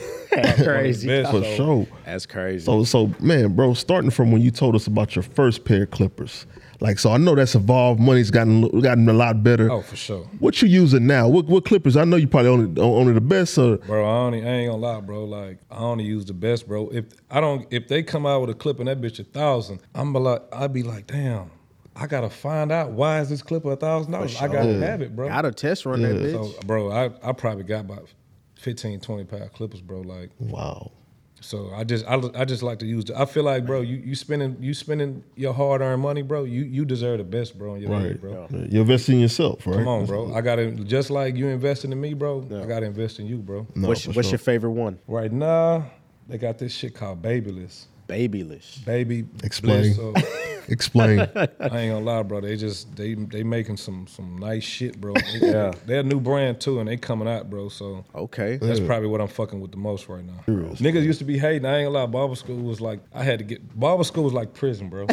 D: Crazy.
E: crazy
C: For sure.
D: That's crazy.
C: So so man, bro, starting from when you told us about your first pair of clippers. Like so I know that's evolved, money's gotten gotten a lot better.
E: Oh, for sure,
C: What you using now? What what clippers? I know you probably only only the best or
E: bro. I only I ain't gonna lie, bro. Like I only use the best, bro. If I don't, if they come out with a clip and that bitch a thousand, I'm be like, I'd be like, damn, I gotta find out why is this clip a thousand dollars. I gotta have it, bro.
D: Got to test run that bitch.
E: So, bro, I I probably got about 15, 20 pair of clippers, bro. Like.
C: wow.
E: So I just I, I just like to use. The, I feel like, bro, you you spending you spending your hard earned money, bro. You you deserve the best, bro. In your life,
C: Right.
E: bro.
C: You're investing in yourself, right?
E: Come on, [LAUGHS] bro. I gotta just like you investing in me, bro. I gotta invest in you, bro.
C: No,
D: what's
C: for
D: what's
C: sure.
D: your favorite one?
E: Right now, they got this shit called Babyless.
D: Babyless.
E: Baby,
C: Explain.
E: Bliss, so I
C: Explain.
E: ain't gonna lie, bro. They just they they making some some nice shit,
C: [LAUGHS]
E: bro. yeah, they're a new brand too, and they coming out, bro. So
D: Okay.
E: That's probably what I'm fucking with the most right now. Niggas used to be hating. I ain't gonna lie. Barber school was like I had to get. Barber school was like prison, bro.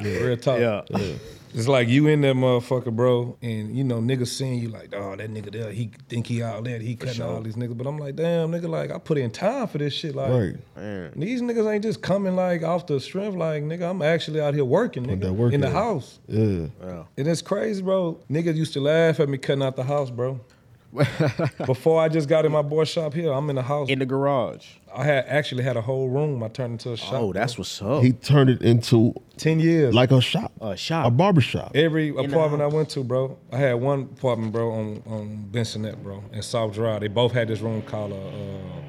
E: Real talk.
D: Yeah.
E: It's like you in that motherfucker, bro, and you know niggas seeing you like, oh, that nigga there, he think he all that, he cutting all these niggas. But I'm like, damn, nigga, like I put in time for this shit, like.
C: [LAUGHS] right.
E: These niggas ain't just coming like off the strength, like nigga. I'm actually out here working,
C: that
E: nigga,
C: work
E: in the
C: in.
E: house,
C: Yeah.
D: [LAUGHS]
E: and it's crazy, bro. Niggas used to laugh at me cutting out the house, bro. Before I just got in my boy shop here, I'm in the house.
D: in the garage.
E: I had actually had a whole room. I turned into a shop.
D: Oh, that's what's up.
C: He turned it into
E: ten years.
C: like a shop,
D: A shop.
C: a barber shop.
E: Every
D: the
E: apartment I went to, bro, I had one apartment, bro, on on Bensonette, bro, in South Drive. They both had this room called a. Uh,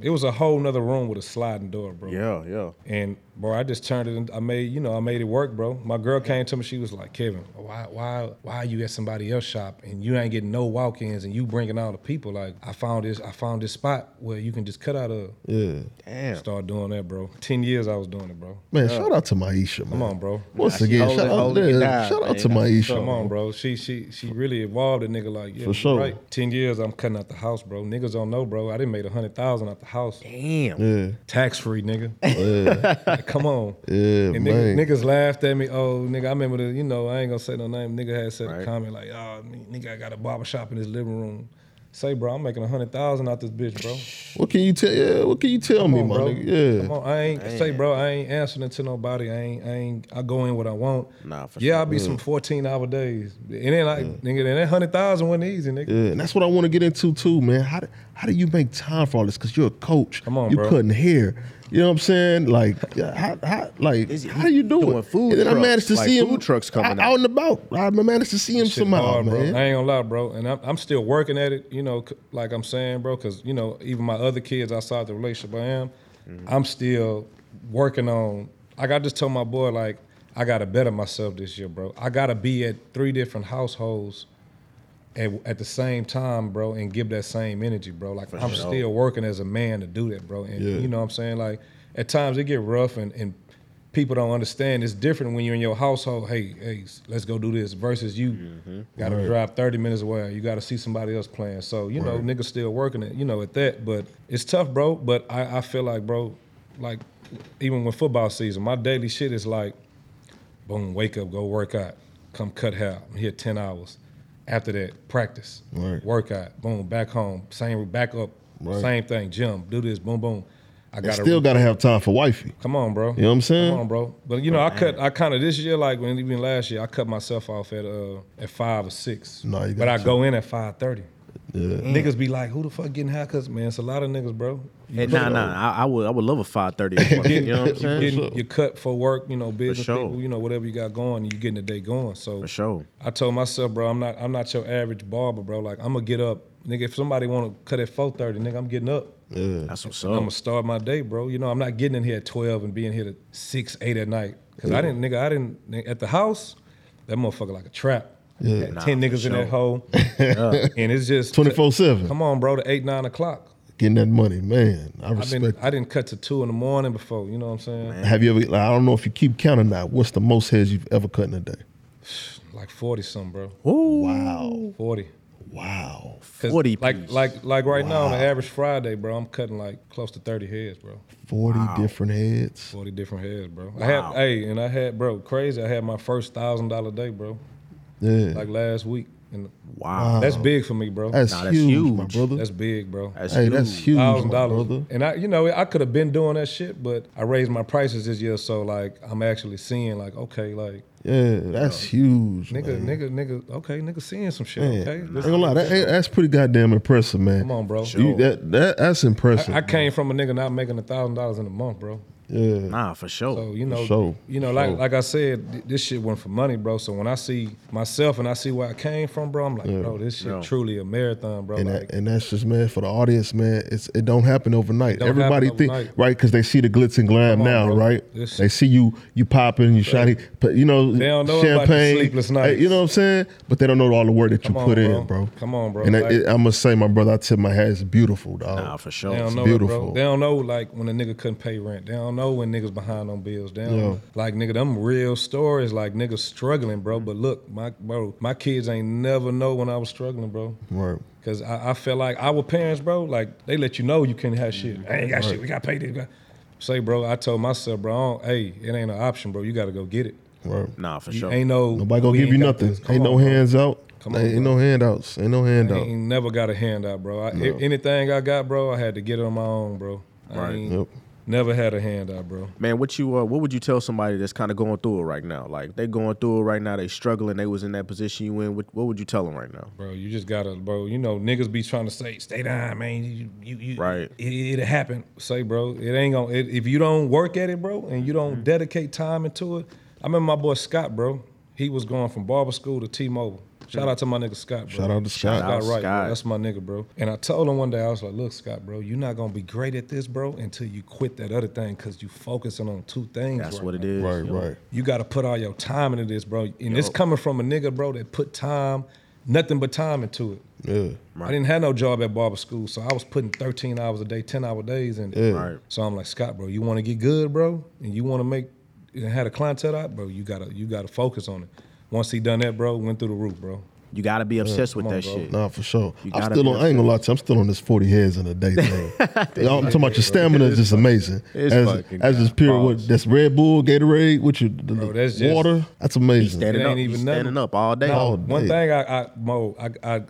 E: it was a whole nother room with a sliding door, bro.
D: yeah, yeah.
E: And bro, I just turned it. In, I made you know I made it work, bro. My girl came to me. She was like, Kevin, why why why you at somebody else's shop and you ain't getting no walk-ins and you bringing all the people? Like I found this I found this spot where you can just cut out a.
C: Yeah,
D: Damn.
E: Start doing that, bro. Ten years I was doing it, bro.
C: man. Shout out to Maisha, man.
E: Come on, bro.
C: Once
D: Nah, she
C: again,
D: holding-
C: shout out,
D: holding it
C: yeah,
D: down,
C: shout out
D: man.
C: to Maisha.
E: Come on, bro. She she she really evolved a nigga like yeah.
C: For sure.
E: you Right. Ten years I'm cutting out the house, bro. Niggas don't know, bro. I didn't make a hundred thousand out the house.
D: Damn.
C: Yeah,
E: Tax free, nigga.
C: [LAUGHS]
E: [LAUGHS] Like, come on.
C: yeah,
E: And
C: man.
E: niggas, niggas laughed at me. Oh, nigga, I remember the, you know, I ain't gonna say no name. Nigga had said
D: Right.
E: a comment like, oh, n- nigga, I got a barber shop in his living room. Say, bro, I'm making a hundred thousand out this bitch, bro.
C: What can you tell? Yeah, what can you tell me,
E: Come
C: my
E: on, bro.
C: nigga? Yeah,
E: Come on, I ain't say, bro. I ain't answering to nobody. I ain't. I ain't. I go in what I want.
D: Nah, for
E: yeah,
D: sure.
E: I'll be some fourteen hour days, and then like, nigga, and that hundred thousand wasn't easy, nigga.
C: Yeah, and that's what I want to get into too, man. How do, how do you make time for all this? Because you're a coach.
E: Come on,
C: you
E: bro.
C: cutting hair. You know what I'm saying? Like, yeah, how, how, like,
D: Is he
C: how do you do
D: doing
C: it?
D: food
C: and then I
D: trucks,
C: managed to
D: like
C: see him
D: food trucks coming
C: out,
D: out.
C: and about. I managed to see him
E: Shit
C: somehow,
E: hard, bro.
C: man.
E: I ain't gonna lie, bro. And I'm, I'm still working at it, you know, c- like I'm saying, bro, because, you know, even my other kids outside the relationship I am, I'm still working on. Like I just told my boy, like, I gotta better myself this year, bro. I gotta be at three different households at, at the same time, bro, and give that same energy, bro. Like I'm still working as a man to do that, bro. And
C: Yeah.
E: you know what I'm saying? Like at times it get rough and, and people don't understand. It's different when you're in your household. Hey, hey, s- let's go do this. Versus you
C: Mm-hmm.
E: got to drive 30 minutes away. You got to see somebody else playing. So you know, niggas still working it. You know, at that. But it's tough, bro. But I, I feel like, bro, like even when football season, my daily shit is like boom, wake up, go work out, come cut hair. I'm here 10 hours. After that, practice,
C: Right.
E: workout, boom, back home, same, back up,
C: Right.
E: same thing, gym, do this, boom, boom. I
C: And
E: got
C: still got to have time for wifey.
E: Come on, bro.
C: You know what I'm saying? Oh,
E: Come on, bro. But you know, I cut. I kind of this year, like when even last year, I cut myself off at uh at five or six.
C: Nah, you Mm.
E: but
C: got
E: I
C: to.
E: go in at five thirty. Niggas be like, who the fuck getting haircuts, man? It's a lot of niggas, bro. You
D: Hey, nah, nah. I, I would, I would love a five thirty. You know
C: [LAUGHS]
D: what I'm
E: you
D: saying?
E: getting you cut for work, you know, business
D: sure.
E: people, you know, whatever you got going, you getting the day going. So
D: For sure.
E: I told myself, bro, I'm not I'm not your average barber, bro. Like I'm gonna get up, nigga. If somebody wanna cut at four thirty, nigga, I'm getting up.
D: That's what's
E: I'm
D: up.
C: Oh.
E: gonna start my day, bro. You know, I'm not getting in here at twelve and being here at six, eight at night. Cause I didn't, nigga, I didn't nigga, at the house. That motherfucker like a trap. Had
D: Nah,
E: Ten niggas
D: for
E: in that
D: sure.
C: [LAUGHS]
E: hole, and it's just
C: 24 7.
E: Come on, bro, to eight nine o'clock.
C: Getting that money, man. I
E: I've been,
C: respect
E: I didn't cut to two in the morning before. You know what I'm saying?
C: it. Have you ever, like, I don't know if you keep counting now. What's the most heads you've ever cut in a day?
E: Like forty something, bro.
C: Wow.
E: Forty.
C: Wow.
E: 'Cause
D: 40
E: Like
D: piece.
E: like like right now on the average Friday, bro, I'm cutting like close to thirty heads, bro.
C: 40 different heads.
E: Forty different heads, bro. I had hey, and I had bro crazy. I had my first thousand dollar day, bro,
C: Yeah.
E: like last week, and
D: Wow.
E: that's big for me, bro.
C: Uh-huh. that's,
D: Nah, that's
C: huge, my
D: huge.
C: brother.
E: That's big, bro.
D: That's
C: hey, that's
D: huge.
C: huge,
E: Thousand
C: my brother.
E: dollars, and I, you know, I could have been doing that shit, but I raised my prices this year, so like I'm actually seeing, like, okay, like
C: Yeah, that's huge,
E: nigga,
C: man.
E: nigga, nigga, okay, nigga, seeing some shit,
C: Yeah.
E: okay.
C: I ain't gonna lie, that, hey, that's pretty goddamn impressive, man.
E: Come on, bro.
C: You- that, that that's impressive.
E: I came from a nigga not making a thousand dollars in a month, bro.
C: yeah,
D: Nah, for sure.
E: So you know,
C: sure,
E: you know,
C: for
E: like
C: sure.
E: like I said, th- this shit went for money, bro. So when I see myself and I see where I came from, bro, I'm like, bro, this shit
D: Yeah.
E: truly a marathon, bro.
C: and
E: like,
C: that, and that's just man for the audience, man. It's it don't happen overnight.
E: Don't
C: Everybody
E: happen
C: think
E: overnight.
C: right because they see the glitz and glam
E: Come on,
C: now,
E: bro.
C: right?
E: This-
C: They see you you popping, you shiny, but you know
E: They don't know about the
C: champagne,
E: sleepless
C: hey,
E: nights.
C: you know what I'm saying? But they don't know all the work that you
E: Come on,
C: put
E: bro.
C: in, bro.
E: Come on, bro.
C: And I,
E: Like-
C: it, I must say, my brother, I tip my hat. It's beautiful, dog.
D: nah, for sure.
E: they don't
C: it's
E: know, it,
C: beautiful.
E: bro. They don't know like when a nigga couldn't pay rent. They don't know when niggas behind on bills. They don't
C: Yeah.
E: like nigga. Them real stories, like niggas struggling, bro. But look, my bro, my kids ain't never know when I was struggling, bro.
C: Right.
E: Cause I, I feel like our parents, bro, like they let you know you can't have shit. I ain't got shit. We got paid this. Say, bro, I told myself, bro, I don't, hey, it ain't an option, bro. You got to go get it.
C: Right.
D: Nah, for
E: You
D: sure.
E: ain't no
C: Nobody gonna
E: we
C: give you
E: got
C: nothing.
E: this. Come
C: Ain't
E: on,
C: no
E: bro.
C: hands out.
E: Come on,
C: ain't
E: bro.
C: no handouts. Ain't no handout.
E: Ain't never got a handout, bro. I, Anything I got, bro, I had to get it on my own, bro. I
D: Right.
E: ain't-
C: Yep.
E: Never had a handout, bro.
D: Man, what you uh, what would you tell somebody that's kind of going through it right now? Like they going through it right now, they struggling, they was in that position you in. What, what would you tell them right now?
E: Bro, you just gotta, bro. You know, niggas be trying to say, "Stay down, man." You, you, you
D: Right.
E: It, will happen. Say, bro, it ain't gonna. It, if you don't work at it, bro, and you don't
D: Mm-hmm.
E: dedicate time into it, I remember my boy Scott, bro. He was going from barber school to T-Mobile. Shout out to my nigga Scott, bro.
C: Shout out to Scott.
E: Scott, Wright, bro.
D: Scott.
E: That's my nigga, bro. And I told him one day, I was like, "Look, Scott, bro, you're not gonna be great at this, bro, until you quit that other thing, cause you focusing on two things.
D: That's
E: right
D: what
E: now.
D: it is.
C: Right, right.
E: You got to put all your time into this, bro. And it's coming from a nigga, bro, that put time, nothing but time into it.
C: Yeah.
E: I didn't have no job at barber school, so I was putting 13 hours a day, 10 hour days in.
C: Yeah.
D: Right.
E: So I'm like, Scott, bro, you want to get good, bro, and you want to make and had a clientele out, bro. You gotta you gotta focus on it. Once he done that, bro, went through the roof, bro.
D: You gotta be obsessed with
E: come on,
D: that
E: bro.
D: shit.
C: Nah, for sure.
D: You
C: I'm
D: gotta
C: still
D: be
C: on. I ain't gonna lie to you. I'm still on this 40 heads in a day
E: [LAUGHS]
C: thing. Y'all, I'm talking about your stamina is just amazing.
D: it's
C: as
D: fucking
C: as just pure what
D: balls.
C: that's Red Bull, Gatorade, with your the,
E: Bro,
C: the
E: that's just-
C: water. That's amazing.
D: Standing
E: It ain't
D: up,
E: even
D: you
E: nothing.
D: standing up all day.
C: No.
E: One
C: day.
E: thing I, I Mo, I, I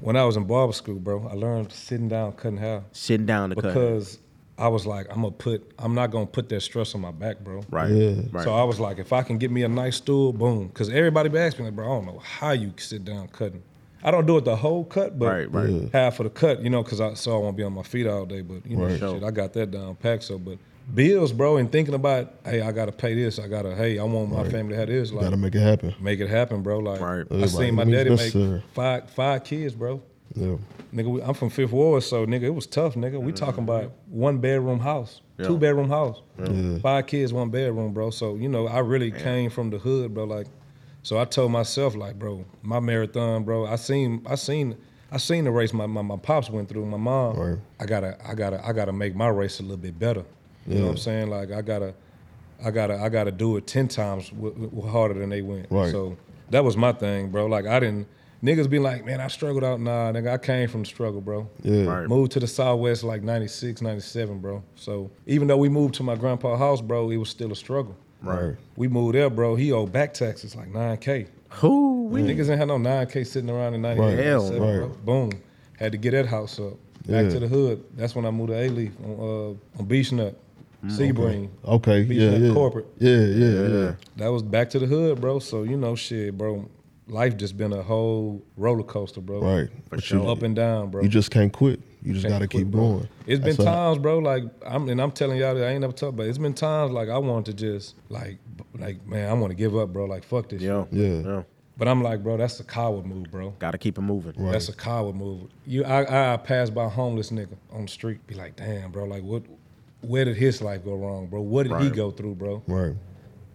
E: when I was in barber school, bro, I learned sitting down cutting hair.
D: sitting down to cut.
E: because I was like, I'm gonna put, I'm not gonna put that stress on my back, bro.
D: Right, right.
E: So I was like, if I can get me a nice stool, boom. Because everybody be asking me, bro, I don't know how you sit down cutting. I don't do it the whole cut, but
D: Right, right. Yeah.
E: half of the cut, you know, because I so I won't be on my feet all day. But you know,
C: Right.
E: shit, I got that down packed. So, but bills, bro, and thinking about, hey, I gotta pay this. I gotta, hey, I want my family to have this. Like,
C: Gotta make it happen.
E: make it happen, bro. Like,
D: Right.
E: I seen my
C: Everybody,
E: daddy
C: yes,
E: make
C: sir.
E: five five kids, bro.
C: Yeah.
E: Nigga, we, I'm from Fifth Ward, so nigga, it was tough, nigga. We talking about one bedroom house, two bedroom house, five kids, one bedroom, bro. So you know, I really came from the hood, bro. Like, so I told myself, like, bro, my marathon, bro. I seen, I seen, I seen the race my my, my pops went through. My mom,
C: Right.
E: I gotta, I gotta, I gotta make my race a little bit better. You know what I'm saying? Like, I gotta, I gotta, I gotta do it ten times w- w- harder than they went.
C: Right.
E: So that was my thing, bro. Like, I didn't. Niggas be like, man, I struggled out. Nah, nigga, I came from the struggle, bro.
C: Yeah.
D: Right.
E: Moved to the Southwest like 96, 97, bro. So even though we moved to my grandpa's house, bro, it was still a struggle.
C: Right.
E: We moved there, bro. He owed back taxes like 9K.
D: Who we?
E: Niggas ain't had no 9K sitting around in 98.
C: Right.
D: Hell,
E: 97, bro. Boom. Had to get that house up. Back
C: Yeah.
E: to the hood. That's when I moved to A Leaf on, uh, on Beechnut,
C: Mm,
E: Seabreen.
C: Okay. Yeah.
E: Beechnut
C: Yeah.
E: Corporate.
C: yeah. Yeah. Yeah.
E: That was back to the hood, bro. So, you know, shit, bro. Life just been a whole roller coaster, bro.
C: Right. But you,
E: Up and down, bro.
C: you just can't quit. You just
E: Can't
C: gotta
E: quit,
C: keep
E: bro.
C: going.
E: It's been
C: That's all.
E: times, bro. Like I'm, and I'm telling y'all that I ain't never talked, but it's been times like I wanted to just like, b- like man, I want to give up, bro. Like fuck this.
D: Yo,
E: shit.
C: Yeah.
E: But I'm like, bro, that's a coward move, bro.
D: Gotta keep it moving.
E: That's a coward move. You, I, I passed by a homeless nigga on the street, be like, damn, bro, like what? Where did his life go wrong, bro? What did he
D: Right.
E: go through, bro?
C: Right.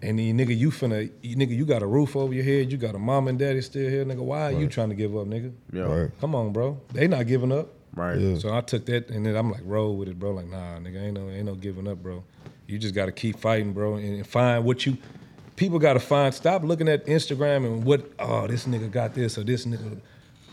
E: And then, nigga, you finna, you, nigga, you got a roof over your head, you got a mom and daddy still here, nigga. Why are you trying to give up, nigga?
D: Yeah.
C: Right.
E: Come on, bro. They not giving up.
D: Right.
C: Yeah.
E: So I took that and then I'm like, roll with it, bro. Like, nah, nigga, ain't no ain't no giving up, bro. You just gotta keep fighting, bro, and, and find what you people gotta find. Stop looking at Instagram and what oh this nigga got this or this nigga.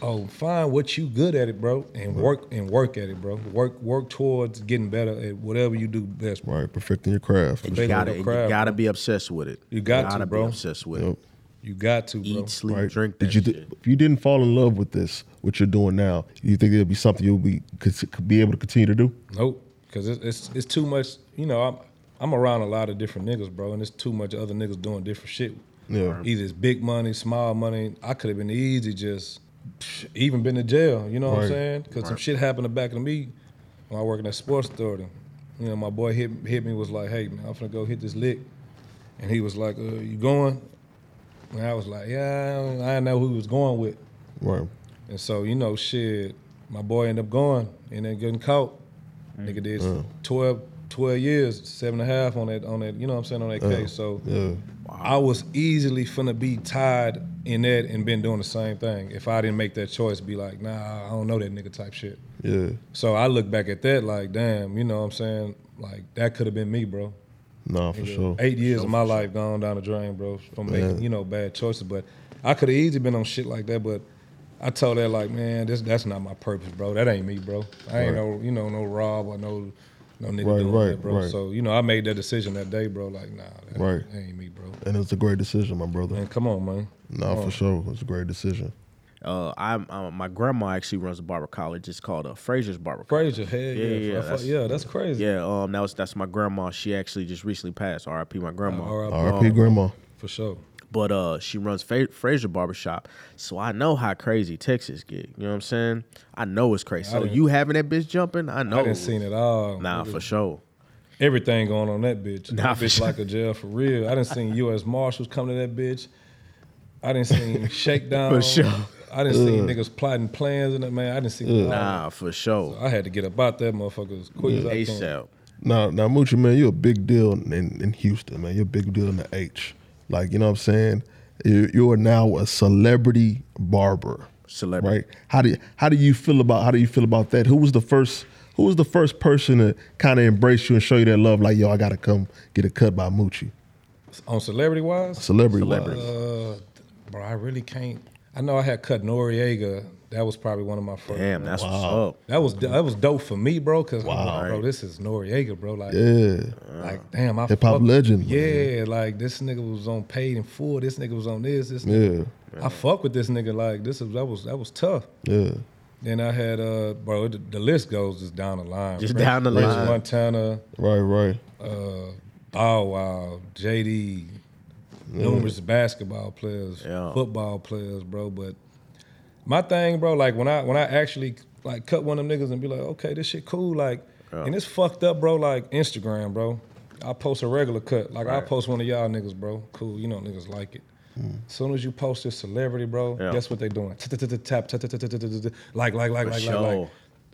E: Oh, find what you good at it, bro, and work and work at it, bro. Work work towards getting better at whatever you do best, bro.
C: Right. Perfecting your craft.
E: They
D: Got
E: little
D: to
E: crab,
D: gotta be obsessed with it.
E: You got to,
D: gotta be
E: bro.
D: obsessed with
C: Yep.
D: it.
E: You got to, bro.
D: Eat, sleep,
C: Right.
D: drink. That
C: Did you?
D: shit.
C: Th- if you didn't fall in love with this, what you're doing now, you think it'll be something you'll be could, could be able to continue to do?
E: Nope, because it's, it's it's too much. You know, I'm I'm around a lot of different niggas, bro, and it's too much other niggas doing different shit.
C: Yeah.
E: Either it's big money, small money. I could have been easy, just psh, even been to jail. You know what
C: Right.
E: I'm saying? Because some shit happened to back of me when I working at Sports Authority. You know, my boy hit hit me was like, "Hey man, I'm finna go hit this lick," and he was like, uh, "You going?" And I was like, "Yeah, I don't- I didn't know who he was going with."
C: Right.
E: And so, you know, shit, my boy ended up going and then getting caught. Nigga did
C: Mm.
E: 12, 12 years, seven and a half on that, on that, you know what I'm saying, on that case. So
C: Yeah.
E: I was easily finna be tied in that and been doing the same thing. If I didn't make that choice, be like, nah, I don't know that nigga type shit.
C: Yeah.
E: So I look back at that like, damn, you know what I'm saying? Like, that could have been me, bro.
C: Nah, for sure.
E: Eight years of my life gone down the drain, bro, from making you know bad choices. But I could have easily been on shit like that, but I told that like, man, this that's not my purpose, bro. That ain't me, bro. I ain't no you know no Rob or no no nigga
C: Right,
E: doing
C: right,
E: that, bro.
C: right.
E: So you know I made that decision that day, bro. Like, nah, that,
C: Right.
E: that ain't me, bro.
C: And it was a great decision, my brother.
E: Man, come on, man.
D: Oh.
C: Nah, for sure. It was a great decision.
D: Uh, I'm, i my grandma actually runs a barber college. It's called uh, Fraser's Barber. College.
E: Frazier, hell yeah,
D: yeah, yeah,
E: yeah,
D: that's-
E: that's, crazy.
D: Yeah, um, that was that's my grandma. She actually just recently passed. R.I.P. My grandma.
E: R.I.P.
C: R.P. Grandma.
E: for sure.
D: but uh, she runs Fa- Fraser Barbershop, so I know how crazy Texas get. You know what I'm saying? I know it's crazy. So
E: done-
D: you having that bitch jumping? I know.
E: I didn't seen it all.
D: Nah, for sure.
E: everything going on that bitch.
D: Nah,
E: Nah,
D: for
E: bitch
D: sure.
E: like a jail for real. I didn't seen U.S. Marshals come to that bitch. I
D: [LAUGHS]
E: didn't seen shakedown.
D: For sure.
E: I didn't see niggas plotting plans and that man. I didn't see.
D: Nah, for sure.
E: I had to get about that motherfucker as quick as I can.
D: ASAP.
C: Now, now, Moochie, man, you're a big deal in, in Houston, man. You're a big deal in the H. Like, you know what I'm saying? You, you are now a celebrity barber,
D: Celebrity.
C: right? How do you, how do you feel about how do you feel about that? Who was the first Who was the first person to kind of embrace you and show you that love? Like, yo, I gotta come get a cut by Moochie,
E: On celebrity wise,
C: celebrity,
B: Celebrity.
C: wise.
E: uh, bro, I really can't. I know I had cut Noriega. That was probably one of my first.
D: Damn, that's what's up.
E: That was that was dope for me, bro. Cause I'm like, bro, this is Noriega, bro. Like,
C: Yeah,
E: like damn, I
C: Hip-hop
E: fuck-
C: legend, man.
E: Yeah, like this nigga was on paid in full. This nigga was on this. This
C: yeah,
E: I fuck with this nigga. Like this is that was that was tough.
C: yeah.
E: Then I had uh bro, the, the list goes just down the line.
D: Just
E: French-
D: down the
E: French
D: line.
E: Montana,
C: Right, right.
E: uh, Bow Wow, JD, numerous basketball players,
D: Yeah.
E: football players, bro. But my thing, bro, like when I when I actually like cut one of them niggas and be like, okay, this shit cool, like, and it's fucked up, bro. Like Instagram, bro. I post a regular cut, like I post one of y'all niggas, bro. Cool, you know niggas like it. Soon as you post this celebrity, bro,
D: Hmm. Yeah.
E: guess what they doing? Tap, tap, tap, tap, tap, tap, tap, like, like, like, like, like, like.
D: sure.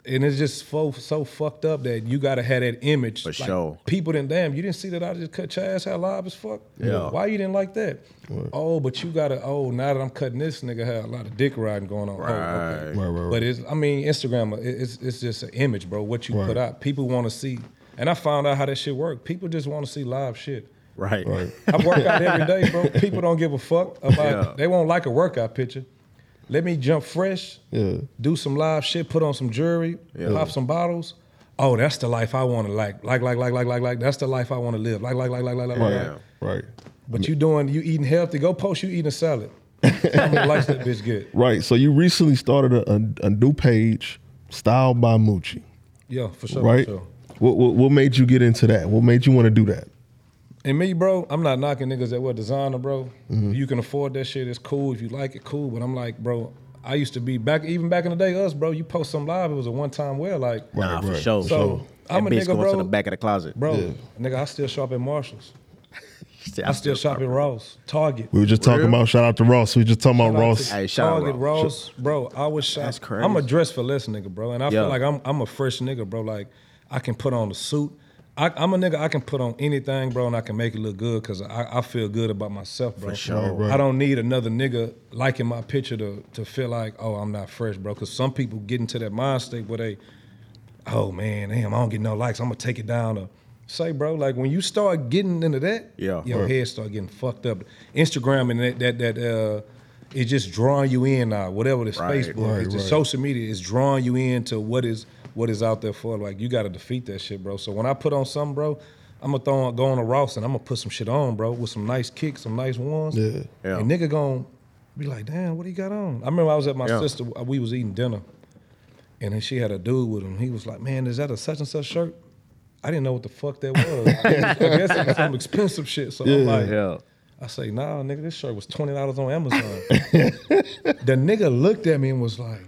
E: And it's just so, so fucked up that you gotta have that image
D: For sure.
E: People didn't damn. You didn't see that I just cut your ass hair live as fuck.
D: Yeah.
E: Why you didn't like that? Oh, but you gotta. Oh, now that I'm cutting this nigga, had a lot of dick riding going on. Oh, okay.
C: Right, right, right.
E: But it's. I mean, Instagram. it- It's. It's just an image, bro. What you put out. People want to see. And I found out how that shit worked. People just want to see live shit.
D: Right. [LAUGHS]
E: I work out
C: [LAUGHS]
E: every day, bro. People don't give a fuck about. They won't like a workout picture. Let me jump fresh.
C: Yeah.
E: Do some live shit. Put on some jewelry. Pop some bottles. Oh, that's the life I want to like. Like, like, like, like, like, like. That's the life I want to live. Like, like, like, like, like, like. like.
C: Right, right,
E: But you doing? You eating healthy? Go post you eating
C: [LAUGHS]
E: a salad. How many likes that bitch get?
C: right. So you recently started a, a, a new page, Style by Moochie.
E: Yeah, for sure.
C: right?
E: For sure.
C: What, what what made you get into that? What made you want to do that?
E: And me, bro, I'm not knocking niggas that wear designer, bro. If you can afford that shit, it's cool. If you like it, cool. But I'm like, bro, I used to be back even back in the day, us, bro, you post some live, it was a one time wear, like
D: Nah, for
C: right.
D: sure.
E: So,
D: that
E: I'm a
D: bitch
E: nigga,
D: going to
E: bro.
D: the back of the closet.
E: bro, nigga, I still shop at Marshalls. I still shop at Ross, Target.
C: We were just talking
D: Real?
C: about shout out to Ross. We were just talking about Ross.
D: Hey, shout out
E: Target,
D: Ross.
E: Ross, bro. I was shot.
D: That's crazy.
E: I'm a dress for less nigga, bro, and I
D: Yeah.
E: feel like I'm I'm a fresh nigga, bro. Like I can put on a suit. I, I'm a nigga. I can put on anything, bro, and I can make it look good because I, I feel good about myself, bro. For
D: sure.
C: Right, right.
E: I don't need another nigga liking my picture to to feel like, oh, I'm not fresh, bro. Because some people get into that mind state where they, oh man, damn, I don't get no likes. I'm gonna take it down. Or, Say, bro, like when you start getting into that,
D: Yeah.
E: your head start getting fucked up. Instagram and that that that uh, it's just drawing you in now. Whatever this
D: Right.
E: Facebook,
C: Right,
E: it's just
C: right.
E: social media is drawing you into what is what is out there for. Like you got to defeat that shit, bro. So when I put on something, bro, I'm gonna throw on, go on a Ross and I'm gonna put some shit on, bro, with some nice kicks, some nice ones.
C: Yeah.
D: Yeah.
E: And nigga gonna be like, damn, what he got on? I remember I was at my
D: Yeah.
E: sister. We was eating dinner, and then she had a dude with him. He was like, man, is that a such and such shirt? I didn't know what the fuck that
D: [LAUGHS]
E: was. I guess it was some expensive shit. So I'm like,
D: Yeah.
E: I say, nah, nigga, this shirt was twenty dollars on Amazon. the nigga looked at me and was like,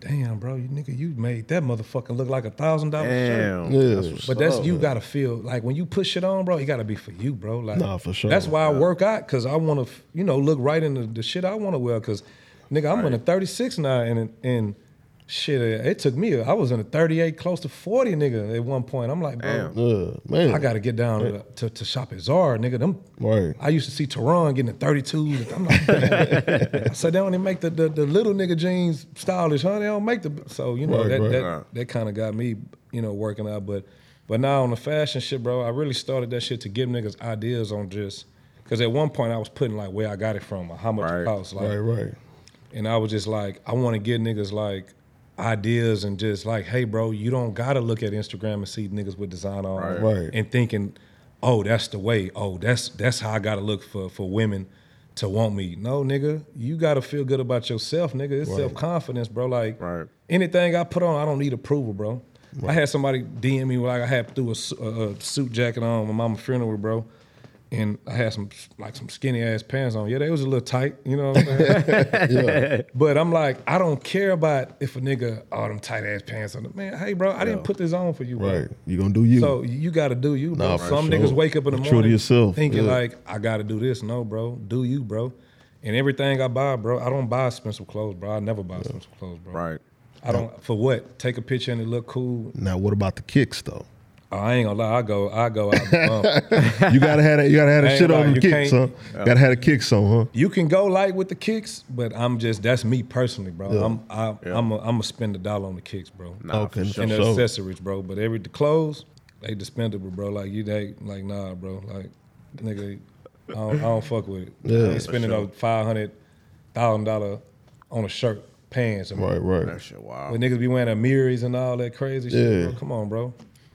E: damn, bro, you nigga, you made that motherfucker look like a thousand dollar shirt.
D: Damn.
C: Yeah.
E: But that's you gotta feel like when you put shit on, bro, it gotta be for you, bro. Like
C: Nah, for sure.
E: That's why I work out, cause I wanna, you know, look right into the shit I wanna wear. Cause nigga, I'm in a 36 now and and shit, it took me, I was in a 38, close to 40, nigga, at one point. I'm like,
D: Damn.
E: bro,
C: Yeah, man.
E: I gotta get down to, to, to shop at Zara, nigga. Them,
C: Right.
E: I used to see Teron getting the 32s. I'm like, [LAUGHS] "Damn." I said, they only make the, the, the little nigga jeans stylish, huh? They don't make the, so, you know,
C: Right,
E: that,
C: right.
E: that, that kind of got me, you know, working out. But, but now on the fashion shit, bro, I really started that shit to give niggas ideas on just, because at one point I was putting like where I got it from or how much
D: Right.
E: it costs. Like,
C: Right, right.
E: and I was just like, I want to give niggas like ideas and just like, hey, bro, you don't gotta look at Instagram and see niggas with design on
C: Right.
E: and thinking, oh, that's the way. Oh, that's that's how I gotta look for for women to want me. No, nigga, you gotta feel good about yourself, nigga. It's self confidence, bro. Like
D: Right.
E: anything I put on, I don't need approval, bro. I had somebody DM me like I had threw a, su- a- a suit jacket on my mama funeral, bro. And I had some like some skinny ass pants on. Yeah, they was a little tight, you know what I'm
F: [LAUGHS]
E: saying? But I'm like, I don't care about if a nigga all them tight ass pants on. Man, hey bro, I didn't put this on for you. bro.
F: Right. You gonna do you?
E: So you got to do you. Bro.
F: Nah, for
E: Some
F: sure.
E: niggas wake up in the
F: True to
E: morning
F: yourself,
E: thinking
F: yeah.
E: like, I got to do this. No, bro, do you, bro? And everything I buy, bro, I don't buy expensive clothes, bro. I never buy expensive clothes, bro.
D: Right.
E: I don't for what? Take a picture and it look cool. Oh,
F: now what about the kicks though?
E: I ain't gonna lie. I go, I go out. the
F: [LAUGHS]
E: bump.
F: You gotta have that. You gotta have that
E: [LAUGHS] Ain't
F: shit on
E: nobody-
F: the
E: you
F: kicks, huh?
E: can't-
F: Gotta have the kicks on,
E: You can go light with the kicks, but I'm just that's me personally, bro. I'm I, I'm a, I'm a spend a dollar on the kicks, bro.
F: huh? okay.
E: and the
F: so-
E: accessories, bro. But every the clothes, they dispendable, bro. Like you, they like nah, bro. Like nigga, I don't, I don't fuck with it. Yeah, they spending over five hundred thousand dollar on a shirt, pants, and
F: Right, right.
D: That shit wild.
E: But niggas be wearing Amiris and all that crazy shit.
F: Yeah.
E: Bro. Come on, bro.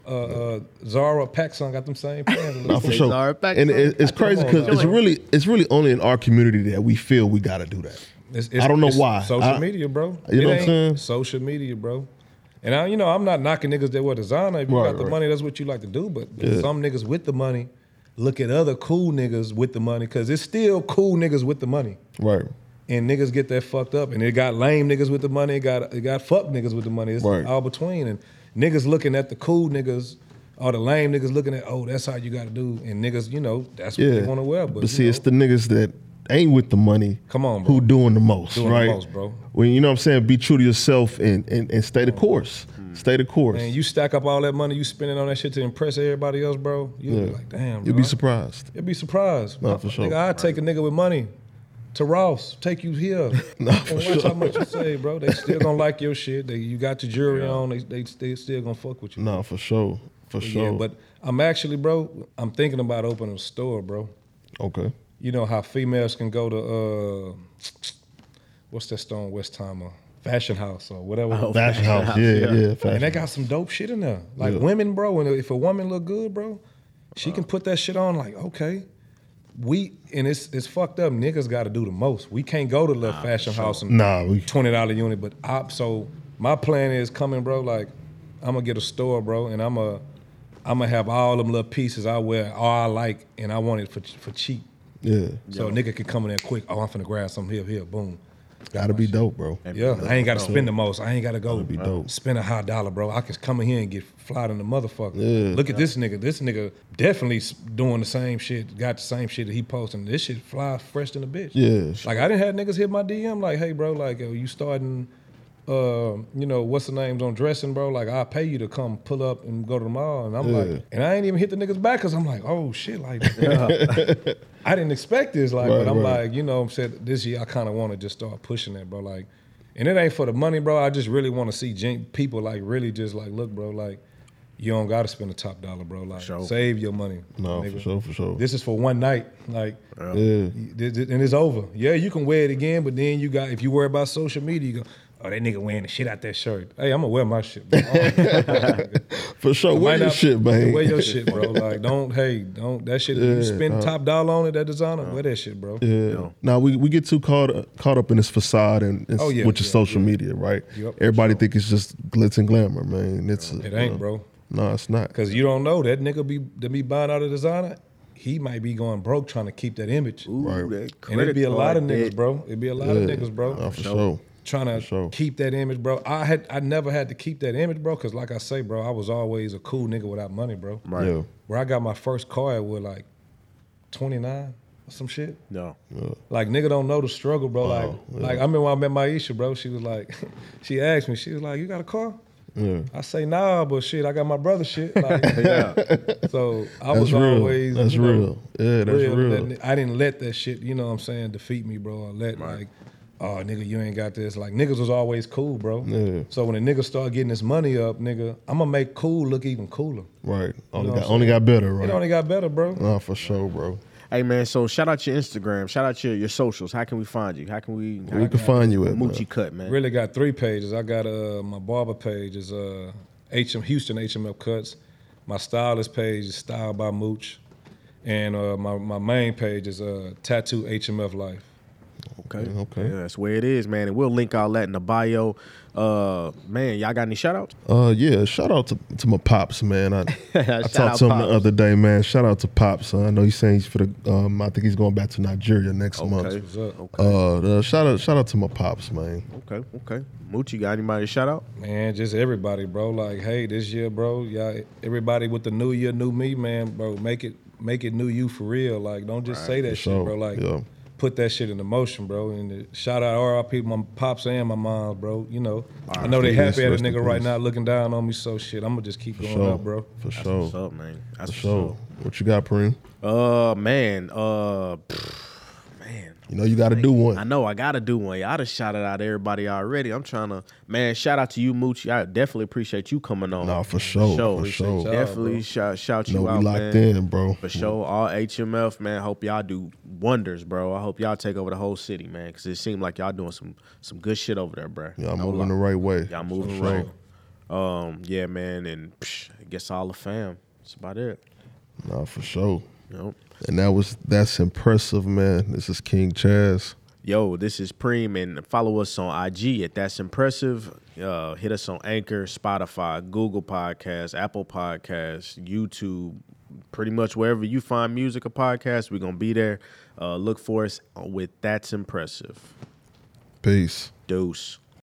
E: Uh, uh, Zara Paxson got them same pants.
F: Nah, for
D: These
F: sure.
D: are back
F: And
D: on.
F: it, it's crazy
E: on,
F: because
E: man.
F: it's really, it's really only in our community that we feel we gotta do that.
E: It's- it's-
F: I don't know
E: it's
F: why.
E: Social
F: I-
E: media, bro.
F: You
E: It
F: know what I'm
E: ain't
F: saying?
E: Social media, bro. And I, you know, I'm not knocking niggas that wear designer. If you
F: Right,
E: got the
F: right.
E: money, that's what you like to do. But some niggas with the money look at other cool niggas with the money because it's still cool niggas with the money.
F: Right.
E: And niggas get that fucked up. And it got lame niggas with the money. It got it got fuck niggas with the money. It's
F: Right.
E: all between. And niggas looking at the cool niggas. Or the lame niggas looking at, oh, that's how you got to do, and niggas, you know, that's what
F: Yeah.
E: they want to wear. But, you
F: see,
E: know,
F: it's the niggas that ain't with the money.
E: Come on, bro.
F: Who doing the most,
E: Doing the
F: right?
E: most, bro.
F: Well, you know what I'm saying? Be true to yourself and and, and stay the course. Stay the course.
E: And you stack up all that money you spending on that shit to impress everybody else, bro. You'll be
F: Yeah.
E: like, damn.
F: You'll
E: bro,
F: be
E: I-
F: surprised.
E: You'll be surprised.
F: Nah, for sure.
E: Nigga, I take a nigga with money to Ross, take
F: [LAUGHS]
E: you here, and watch how much you save, bro. They still gonna like your shit. They, you got your jewelry on. They, they they still gonna fuck with you.
F: No, for sure, for sure.
E: Yeah, but I'm actually, bro. I'm thinking about opening a store, bro.
F: okay,
E: You know how females can go to uh, what's that store in Westheimer? Fashion House or whatever.
F: Oh,
E: [LAUGHS]
F: fashion house, yeah, yeah,
E: And
F: fashion.
E: they got some dope shit in there. Like women, bro. And if a woman look good, bro, she can put that shit on. Like, okay, we and it's it's fucked up. Niggas got to do the most. We can't go to the fashion house and
F: nah, we,
E: twenty dollar unit. But I so my plan is coming, bro. Like, I'm gonna get a store, bro, and I'm a I'm gonna have all them little pieces I wear, all I like, and I want it for for cheap.
F: yeah,
E: So a nigga can come in there quick. Oh, I'm finna grab something here, here, boom.
F: gotta be dope, bro.
E: Yeah, I ain't gotta spend the most. I ain't gotta go
F: be dope.
E: spend a high dollar, bro. I can come in here and get fly in the motherfucker. Look at this nigga. This nigga definitely s- doing the same shit. Got the same shit that he posting. This shit fly fresh than a bitch.
F: Yeah.
E: Like I didn't have niggas hit my DM like, hey, bro, like yo, you starting, uh, you know, what's the names on dressing, bro? Like I'll pay you to come pull up and go to the mall, and I'm like, and I ain't even hit the niggas back because I'm like, oh
F: [LAUGHS]
E: shit, like. [LAUGHS] I didn't expect this, like,
F: Right,
E: but I'm
F: right.
E: like, you know, I'm saying this year I kind of want to just start pushing that, bro. Like, and it ain't for the money, bro. I just really want to see gen- people like really just like, look, bro, like, you don't gotta spend a top dollar, bro. Like, save your money.
F: No, for
E: nigga.
F: sure, for sure.
E: This uh, is for one night, like,
F: yeah,
E: y- th- th- and it's over. Yeah, you can wear it again, but then you got if you worry about social media, you go, oh, that nigga wearing the shit out that shirt. Hey, I'm gonna wear my
F: [LAUGHS]
E: shit. Bro. I don't give a fuck, nigga.
F: for sure. Wear
E: Might
F: your
E: not-
F: shit, man.
E: [LAUGHS] Wear your shit, bro. Like, don't, hey, don't, that shit, you spend top dollar on it, that designer, wear that shit, bro.
F: [LAUGHS] uh, Yeah. Now we, we get too caught caught up in this facade and, and
E: Oh, yeah,
F: which is
E: yeah,
F: social media, right?
E: Yep.
F: Everybody think it's just glitz and glamour, man. It's
E: It ain't, bro.
F: No, it's not.
E: Cause you don't know that nigga be to be buying out a designer, he might be going broke trying to keep that image.
F: Right.
E: and it'd be a lot of niggas, bro. It'd be a lot of niggas, bro.
F: No, for sure.
E: trying to
F: sure.
E: keep that image, bro. I had I never had to keep that image, bro, because like I say, bro, I was always a cool nigga without money, bro.
D: Right.
F: Yeah.
E: Where I got my first car at was like 29 or some shit.
D: No.
E: Like nigga don't know the struggle, bro. Like like I remember when I met Maisha, bro. She was like, [LAUGHS] she asked me, she was like, "You got a car?"
F: Yeah.
E: I say, "Nah, but shit, I got my brother
F: [LAUGHS]
E: shit." Like, So I
F: That's
E: was
F: real.
E: always
F: that's
E: you know,
F: real. Yeah, that's real.
E: real. That- I didn't let that shit, you know what I'm saying, defeat me, bro. I let like, oh nigga, you ain't got this. Like niggas was always cool, bro.
F: Yeah.
E: So when a nigga start getting his money up, nigga, I'm gonna make cool look even cooler.
F: Right. Only
E: know
F: got
E: what I'm
F: only got better, right?
E: It only got better, bro.
F: no, for sure, bro.
D: Hey man, so shout out your Instagram, shout out your, your socials. How can we find you? How can we?
F: We can find you at man.
D: Moochie cut, man.
E: Really got three pages. I got uh my barber page is uh HM Houston HML Cuts. My stylist page is Style by Mooch. And uh, my, my main page is uh, Tattoo HMF Life.
D: Okay. Okay. Yeah, that's where it is, man. And we'll link all that in the bio. Uh, man, y'all got any shout outs?
C: Uh, yeah. Shout out to, to my pops,
D: [LAUGHS]
C: man. I, I
D: Shout out
C: talked to him
D: Pops.
C: the other day, man. Shout out to pops. I know he's saying he's for the. Um, I think he's going back to Nigeria next
D: Okay.
C: month.
E: What's up?
C: Uh, uh, shout out, shout out to my pops, man.
D: Okay. Okay. Mooch, you got anybody to shout out?
E: Man, just everybody, bro. Like, hey, this year, bro, y'all, everybody with the new year, new me, man, bro. Make it, make it new you for real. Like, don't just say that shit,
C: sure.
E: bro. Like,
C: Yeah.
E: put that shit into motion, bro. And it- shout out RIP my pops and my mom, bro. You know, I know they
C: Rest in
E: happy at a
C: peace, rest
E: nigga
C: in
E: right
C: peace.
E: now looking down on me. So shit, I'm gonna just keep going
C: Sure,
E: up, bro.
C: For sure.
D: What's up, man? That's
C: For sure. What you got, Prim?
D: Uh, man. Uh, pfft, man.
C: You know you got to do
D: I
C: one.
D: know I gotta do one. Y'all done shouted out everybody already. I'm trying to, man. Shout out to you, Moochie. I definitely appreciate you coming on.
C: Nah, for sure, for sure.
D: Definitely shout shout
C: You
D: you
C: know
D: out,
C: we locked
D: man.
C: in, bro.
D: For sure, all HMF man. Hope y'all do wonders, bro. I hope y'all take over the whole city, man, because it seemed like y'all doing some some good shit over there, bro.
C: Yeah, I'm
D: No
C: moving
D: lie.
C: the right way.
D: Y'all moving
C: For sure.
D: right. Um, yeah, man, and psh, I guess all the fam. That's about it.
C: Nah, for sure.
D: Yep.
C: And that was that's impressive, man. This is King Chaz.
D: Yo, this is Preem, and follow us on IG at That's Impressive. Uh, hit us on Anchor, Spotify, Google Podcasts, Apple Podcasts, YouTube, pretty much wherever you find music or podcasts, we're going to be there. Uh, look for us with That's Impressive.
C: Peace.
D: Deuce.